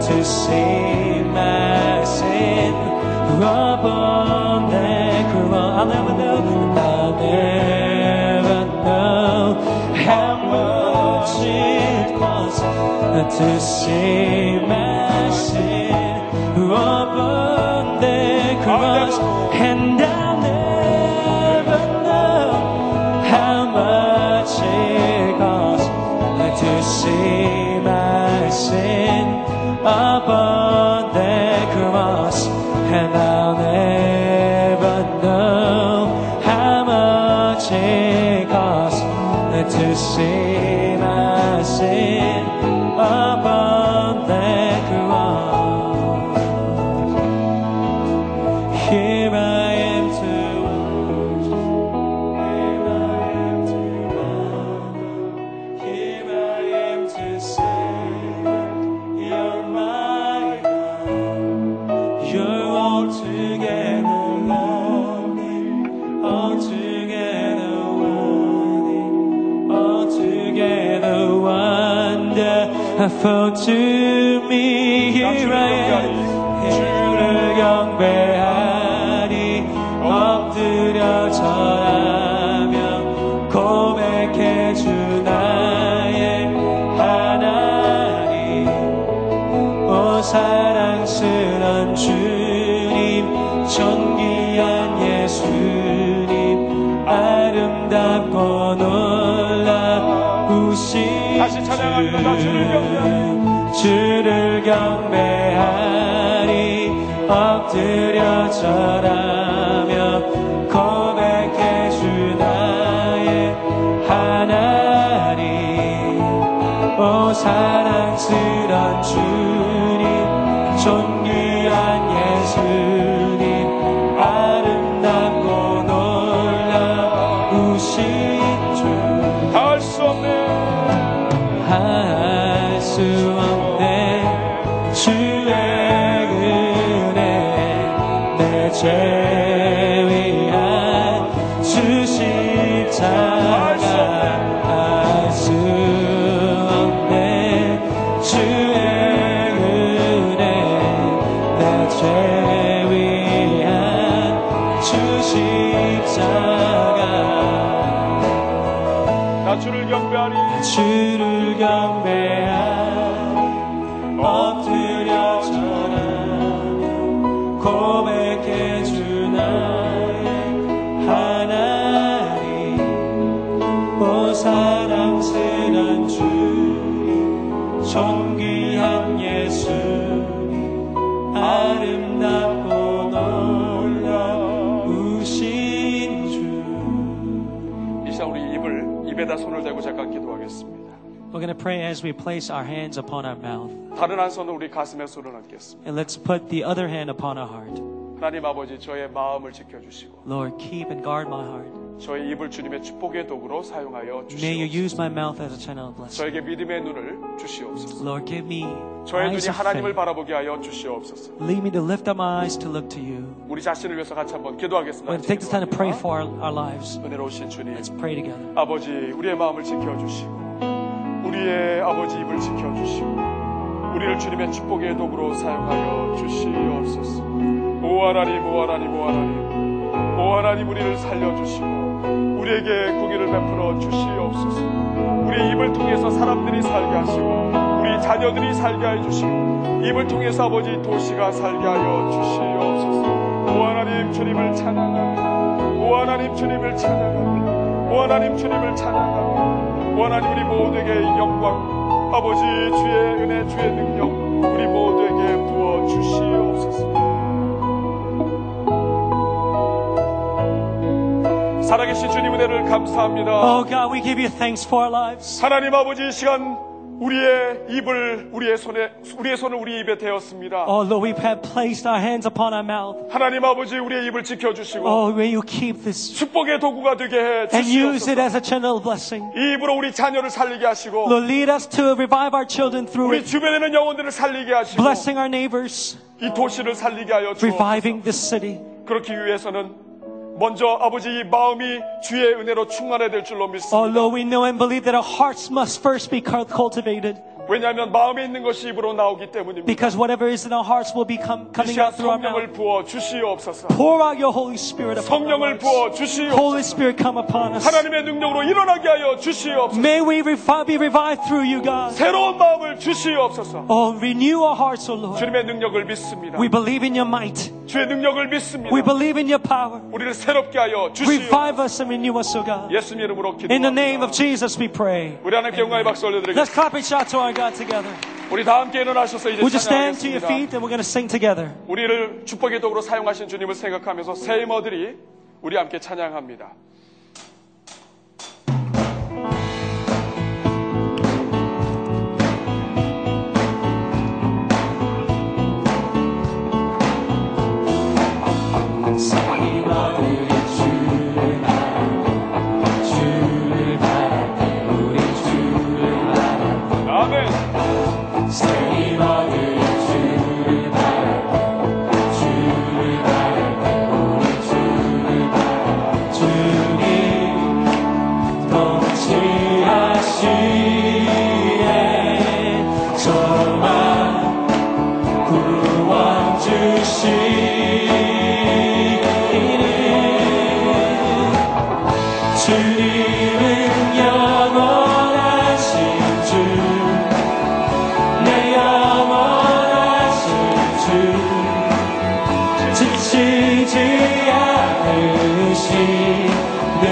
Speaker 1: save my sin upon that cross. I'll never know, I'll never know how much it cost to save my sin upon that cross. And I'll never know how much it cost to see my sin upon the cross, and I'll never know how much it cost to see my sin upon the cross. Here I am to here I am to here I am to say that you're my love. You're altogether lovely, altogether worthy, altogether wonderful to me. Here I am, 주를 경배하리, 엎드려 절하며 고백해 주 나의 하나님 오 사랑스런 주님 존귀한 예수님 아름답고 놀라우신 다시 찬양합니다 주를 경배하리 주를 경배하리 엎드려 절하며 고백해 주 나의 하나님 오 사랑스런 주님 존귀한 예수님 아름답고 놀라우신 주할수 없네 할수 없네 주의 은혜 내 죄 위한 주 십자가 할수 없네 주의 은혜 내죄 위한 주 십자가
Speaker 5: 나 주를 경배하리
Speaker 1: 주를 경배하리 엎드려 절하며 고백해 주 나의 하나님 오 사랑스런 주님 존귀한 예수님 아름답고 놀라우신
Speaker 5: 이 시간 우리 입을 입에다 손을 대고 잠깐 기도하겠습니다.
Speaker 14: We're going to pray as we place our hands upon our mouth.
Speaker 5: 다른 한 손은 우리 가슴에 손을 얹겠습니다.
Speaker 14: And let's put the other hand upon our heart.
Speaker 5: 하나님 아버지 저의 마음을 지켜주시고
Speaker 14: Lord, keep and guard my heart.
Speaker 5: 저의 입을 주님의 축복의 도구로 사용하여
Speaker 14: May you
Speaker 5: 주시옵소서.
Speaker 14: use my mouth as a channel of blessing.
Speaker 5: 저에게 믿음의 눈을 주시옵소서.
Speaker 14: Lord, give me
Speaker 5: 저의
Speaker 14: eyes
Speaker 5: 눈이
Speaker 14: of
Speaker 5: 하나님을
Speaker 14: faith.
Speaker 5: 바라보게 하여 주시옵소서.
Speaker 14: Lead me to lift up my eyes to look to you.
Speaker 5: 우리 자신을 위해서 같이 한번
Speaker 14: We're
Speaker 5: 기도하겠습니다.
Speaker 14: going to take this time to pray for our, our lives.
Speaker 5: 은혜로우신 주님,
Speaker 14: Pray together.
Speaker 5: 아버지 우리의 마음을 지켜주시고 우리의 아버지 입을 지켜주시고 우리를 주님의 축복의 도구로 사용하여 주시옵소서. 오 하나님, 오 하나님, 오 하나님, 오 하나님 우리를 살려주시고 우리에게 구기를 베풀어 주시옵소서. 우리 입을 통해서 사람들이 살게 하시고 우리 자녀들이 살게 해 주시고 입을 통해서 아버지 도시가 살게 하여 주시옵소서. 오 하나님 주님을 찬양합니다. 오 하나님 주님을 찬양합니다. 오 하나님 주님을 찬양합니다. 오 하나님 우리 모두에게 영광, 아버지 주의 은혜 주의 능력 우리 모두에게 부어 주시옵소서. 살아계신 주님 은혜를 감사합니다.
Speaker 14: Oh God, we give you thanks for our lives.
Speaker 5: 하나님 아버지 이 시간 우리의 입을 우리의 손에 우리의 손을 우리 입에 대었습니다.
Speaker 14: Oh Lord, we have placed our hands upon our mouth.
Speaker 5: 하나님 아버지 우리의 입을 지켜 주시고
Speaker 14: Oh, may you keep this
Speaker 5: 축복의 도구가 되게 해
Speaker 14: and use it
Speaker 5: 주시옵소서.
Speaker 14: as a channel of blessing.
Speaker 5: 이 입으로 우리 자녀를 살리게 하시고
Speaker 14: Lord, lead us to revive our children through
Speaker 5: 우리
Speaker 14: it,
Speaker 5: 주변에 있는 영혼들을 살리게 하시고
Speaker 14: blessing our neighbors,
Speaker 5: 이 도시를 살리게 하여 주옵소서.
Speaker 14: reviving this city.
Speaker 5: 그렇기 위해서는 먼저 아버지 이 마음이 주의 은혜로 충만해야 될 줄로
Speaker 14: Oh
Speaker 5: 믿습니다.
Speaker 14: Lord, we know and believe that our hearts must first be cult- cultivated.
Speaker 5: 왜냐하면 마음에 있는 것이 입으로 나오기 때문입니다.
Speaker 4: Because whatever is in our hearts will be come,
Speaker 5: 이
Speaker 4: coming
Speaker 5: 시간
Speaker 4: out through our mouth.
Speaker 5: 성령을 부어 주시옵소서.
Speaker 4: Pour out your Holy Spirit upon
Speaker 5: 성령을 부어
Speaker 4: us. Holy
Speaker 5: 주시옵소서.
Speaker 4: Spirit, come upon us.
Speaker 5: 하나님의 능력으로 일어나게 하여 주시옵소서.
Speaker 4: May we revi- be revived through you, God.
Speaker 5: 새로운 마음을 주시옵소서.
Speaker 4: Oh, renew our hearts, O Lord.
Speaker 5: 주님의 능력을 믿습니다.
Speaker 4: We believe in your might.
Speaker 5: 주의 능력을 믿습니다.
Speaker 4: We believe in your power.
Speaker 5: 우리를 새롭게 하여 주시옵소서.
Speaker 4: Revive us and renew us, O God.
Speaker 5: 예수님 이름으로 기도합니다.
Speaker 4: In the name of Jesus, we pray.
Speaker 5: 우리 하나님께 영광의 박수
Speaker 4: Let's
Speaker 5: 올려드리겠습니다.
Speaker 4: clap and shout to our God together.
Speaker 5: 우리 다 함께 일어나셔서 이제
Speaker 4: Would you stand to your
Speaker 5: 찬양하겠습니다.
Speaker 4: feet and we're going to sing together?
Speaker 5: 우리를 축복의 도구로 사용하신 주님을 생각하면서 세이머들이 우리 함께 찬양합니다.
Speaker 1: 사랑받을 주를 바라 주를 바라 우리 주를 바라 아멘 사랑받을 주를 바라 주를 바라 우리 주를 바라 주님 통치하시네 저만 구원 주시기를 주님은 영원하신 주 내 영원하신 주 지치지 않으시는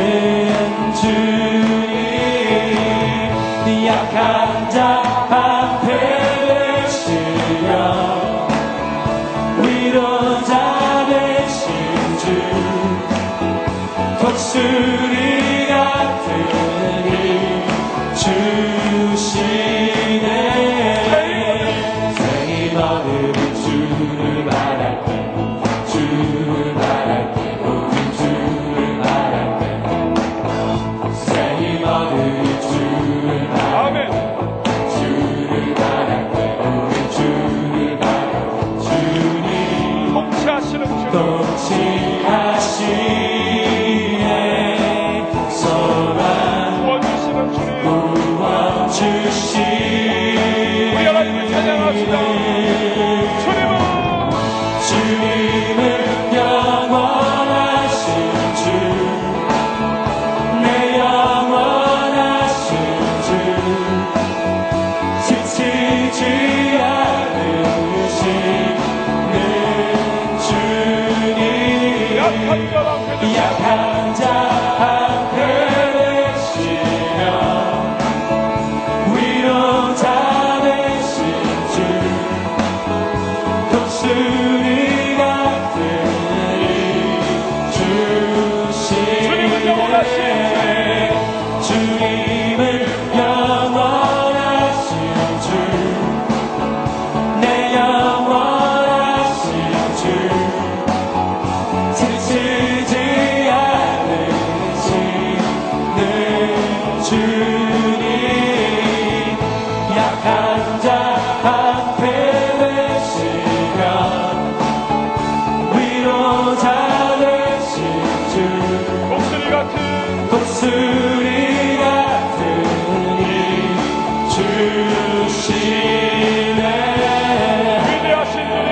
Speaker 1: 주님 약한 자 앞에 계시며 위로자 되신 주 독수리 같은 힘 주시네 생이 마음을 주를 바랄 때 주를 바랄 때 우리 주를 바랄 때 생이 마음을 주를 바랄 때 주를 바랄 때 우리 주를 바랄 때 주님
Speaker 5: 통치하시는 주
Speaker 1: 통치하시네 소망
Speaker 5: 구원주시는 주님
Speaker 1: 구원주시네
Speaker 5: 우리 하나님을 찬양합시다 주님은
Speaker 1: 주님은 영원하신 주내 영원하신 주 지치지 않으시는 주님 약한 자 앞에 계시며 위로자 되신 주 독수리 같은 주시네 주님은 영원하신 주 주님은 영원하신 주내 영원하신 주 지치지 않으시는 주님 약한 자 앞에 계시며 위로자 되신 주
Speaker 5: 목소리 같은
Speaker 1: 독수리 같은 이 주시네
Speaker 5: 위대하신 주님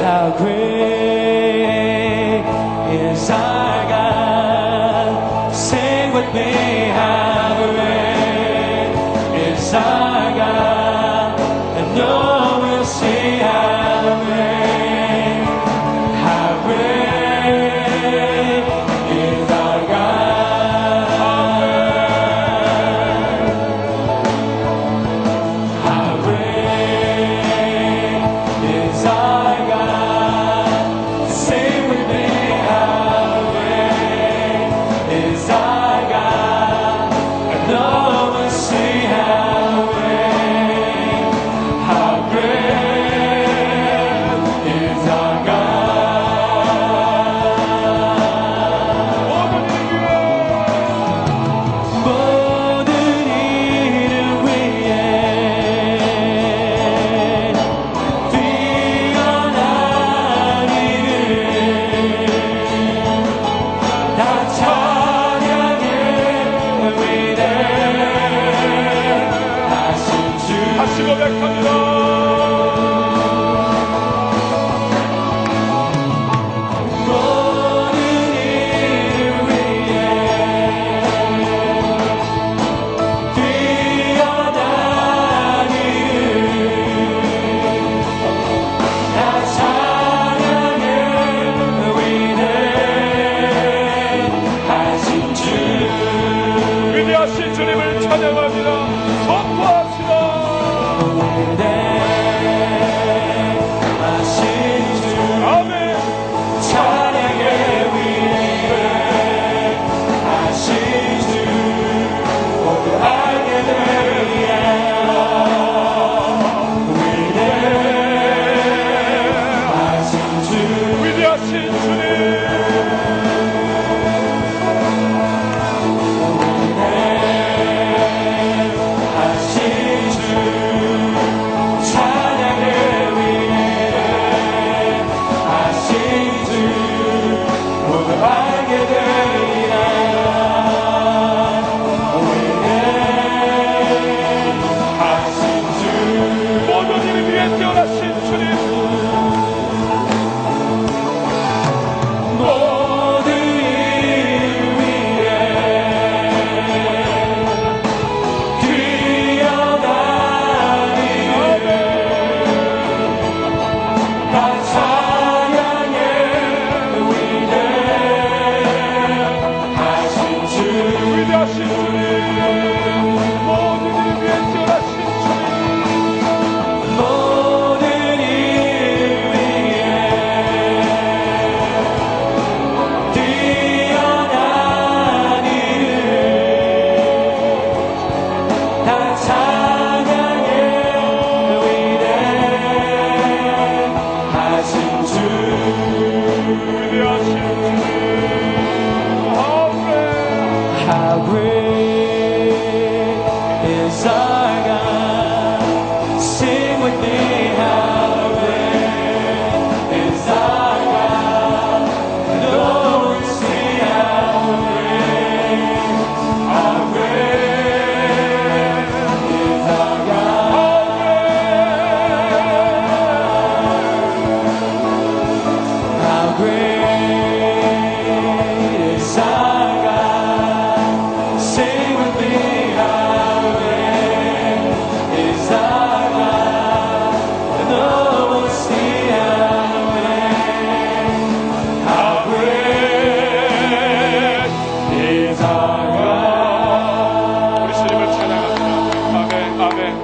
Speaker 1: How great is our God? Sing with me, how great is our God? And no one will see how great, how great is our God? How great is our God. Sing with me, how great is our God. Oh,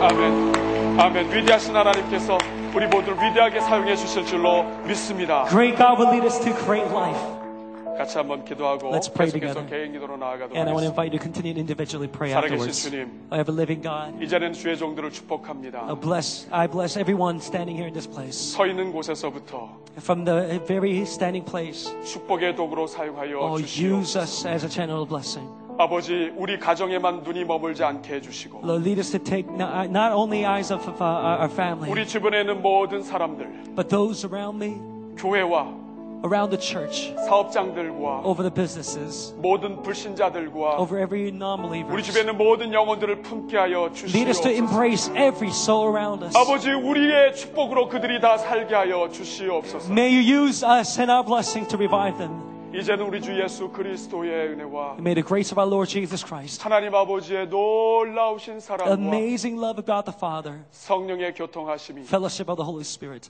Speaker 5: 아멘. 위대하신 하나님께서 우리 모두를 위대하게 사용해 주실 줄로 믿습니다.
Speaker 15: Great God will lead us to great life.
Speaker 5: 같이 한번 기도하고
Speaker 15: Let's pray
Speaker 5: 계속해서
Speaker 15: together.
Speaker 5: 개인 기도로 나아가도록
Speaker 1: And I want to
Speaker 5: 하겠습니다.
Speaker 1: invite you to continue to individually pray
Speaker 5: 살아계신
Speaker 1: afterwards.
Speaker 5: 주님,
Speaker 1: I have a living God.
Speaker 5: 이제는 주의 종들을 축복합니다.
Speaker 1: I bless, I bless everyone standing here in this place.
Speaker 5: 서 있는 곳에서부터
Speaker 1: From the very standing place,
Speaker 5: 축복의 도구로 사용하여
Speaker 1: oh,
Speaker 5: 주시오.
Speaker 1: use us as a channel of blessing.
Speaker 5: 아버지, 우리 가정에만 눈이 머물지 않게 해주시고
Speaker 1: Lord, lead us to take not, uh, not only eyes of, of our, our family,
Speaker 5: 우리 주변에 있는 모든 사람들,
Speaker 1: but those around me,
Speaker 5: 교회와
Speaker 1: around the church,
Speaker 5: 사업장들과
Speaker 1: over the businesses,
Speaker 5: 모든 불신자들과
Speaker 1: over every non-believer.
Speaker 5: 우리 주변에 있는 모든 영혼들을 품게 하여
Speaker 1: Lead us to
Speaker 5: 주시옵소서.
Speaker 1: embrace every soul around us.
Speaker 5: 아버지, 우리의 축복으로 그들이 다 살게 하여 주시옵소서.
Speaker 1: May you use us and our blessing to revive them.
Speaker 5: 이제는 우리 주 예수 그리스도의 은혜와
Speaker 1: And may the grace of our Lord Jesus Christ,
Speaker 5: 하나님 아버지의 놀라우신 사랑과
Speaker 1: amazing love of God the Father,
Speaker 5: 성령의 교통하심이
Speaker 1: fellowship of the Holy Spirit,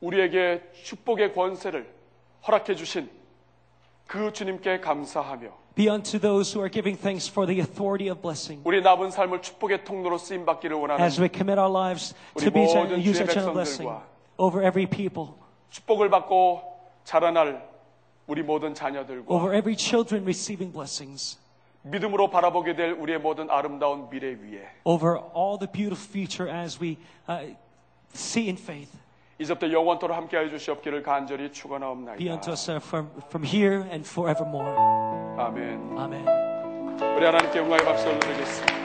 Speaker 5: 우리에게 축복의 권세를 허락해 주신 그 주님께 감사하며
Speaker 1: be unto those who are giving thanks for the authority of blessing.
Speaker 5: 우리 남은 삶을 축복의 통로로 쓰임 받기를 원하는
Speaker 1: As we commit our lives to be a use our channel of blessing over every people,
Speaker 5: 축복을 받고 자라날 우리 모든 자녀들과
Speaker 1: over every children receiving blessings,
Speaker 5: 믿음으로 바라보게 될 우리의 모든 아름다운 미래 위에
Speaker 1: over all the beautiful future as we uh, see in faith.
Speaker 5: 이제부터 영원토록 함께하여 주시옵기를 간절히
Speaker 1: Be
Speaker 5: 축원하옵나이다.
Speaker 1: unto us uh, from, from here and forevermore.
Speaker 5: 아멘.
Speaker 1: 아멘.
Speaker 5: 우리 하나님께 영광의 박수 올려드리겠습니다.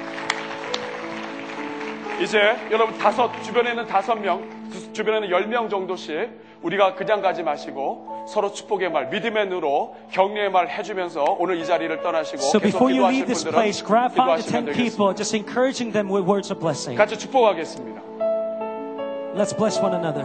Speaker 5: 이제 여러분 다섯 주변에는 다섯 명, 주- 주변에는 열 명 정도씩 우리가 그냥 가지 마시고 서로 축복의 말, 믿음의 눈으로 격려의 말 해주면서 오늘 이 자리를 떠나시고
Speaker 1: So
Speaker 5: 계속
Speaker 1: before you
Speaker 5: 기도하실
Speaker 1: leave this
Speaker 5: 분들은
Speaker 1: place, grab five to
Speaker 5: 기도하시면
Speaker 1: ten
Speaker 5: 되겠습니다.
Speaker 1: people, just encouraging them with words of blessing.
Speaker 5: 같이 축복하겠습니다.
Speaker 1: Let's bless one another.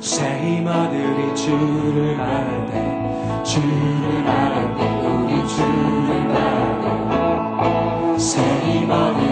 Speaker 16: 새임 하늘이 주를 바란대 주를 바란대 우리 주를 바란대 새임 하늘이
Speaker 1: 그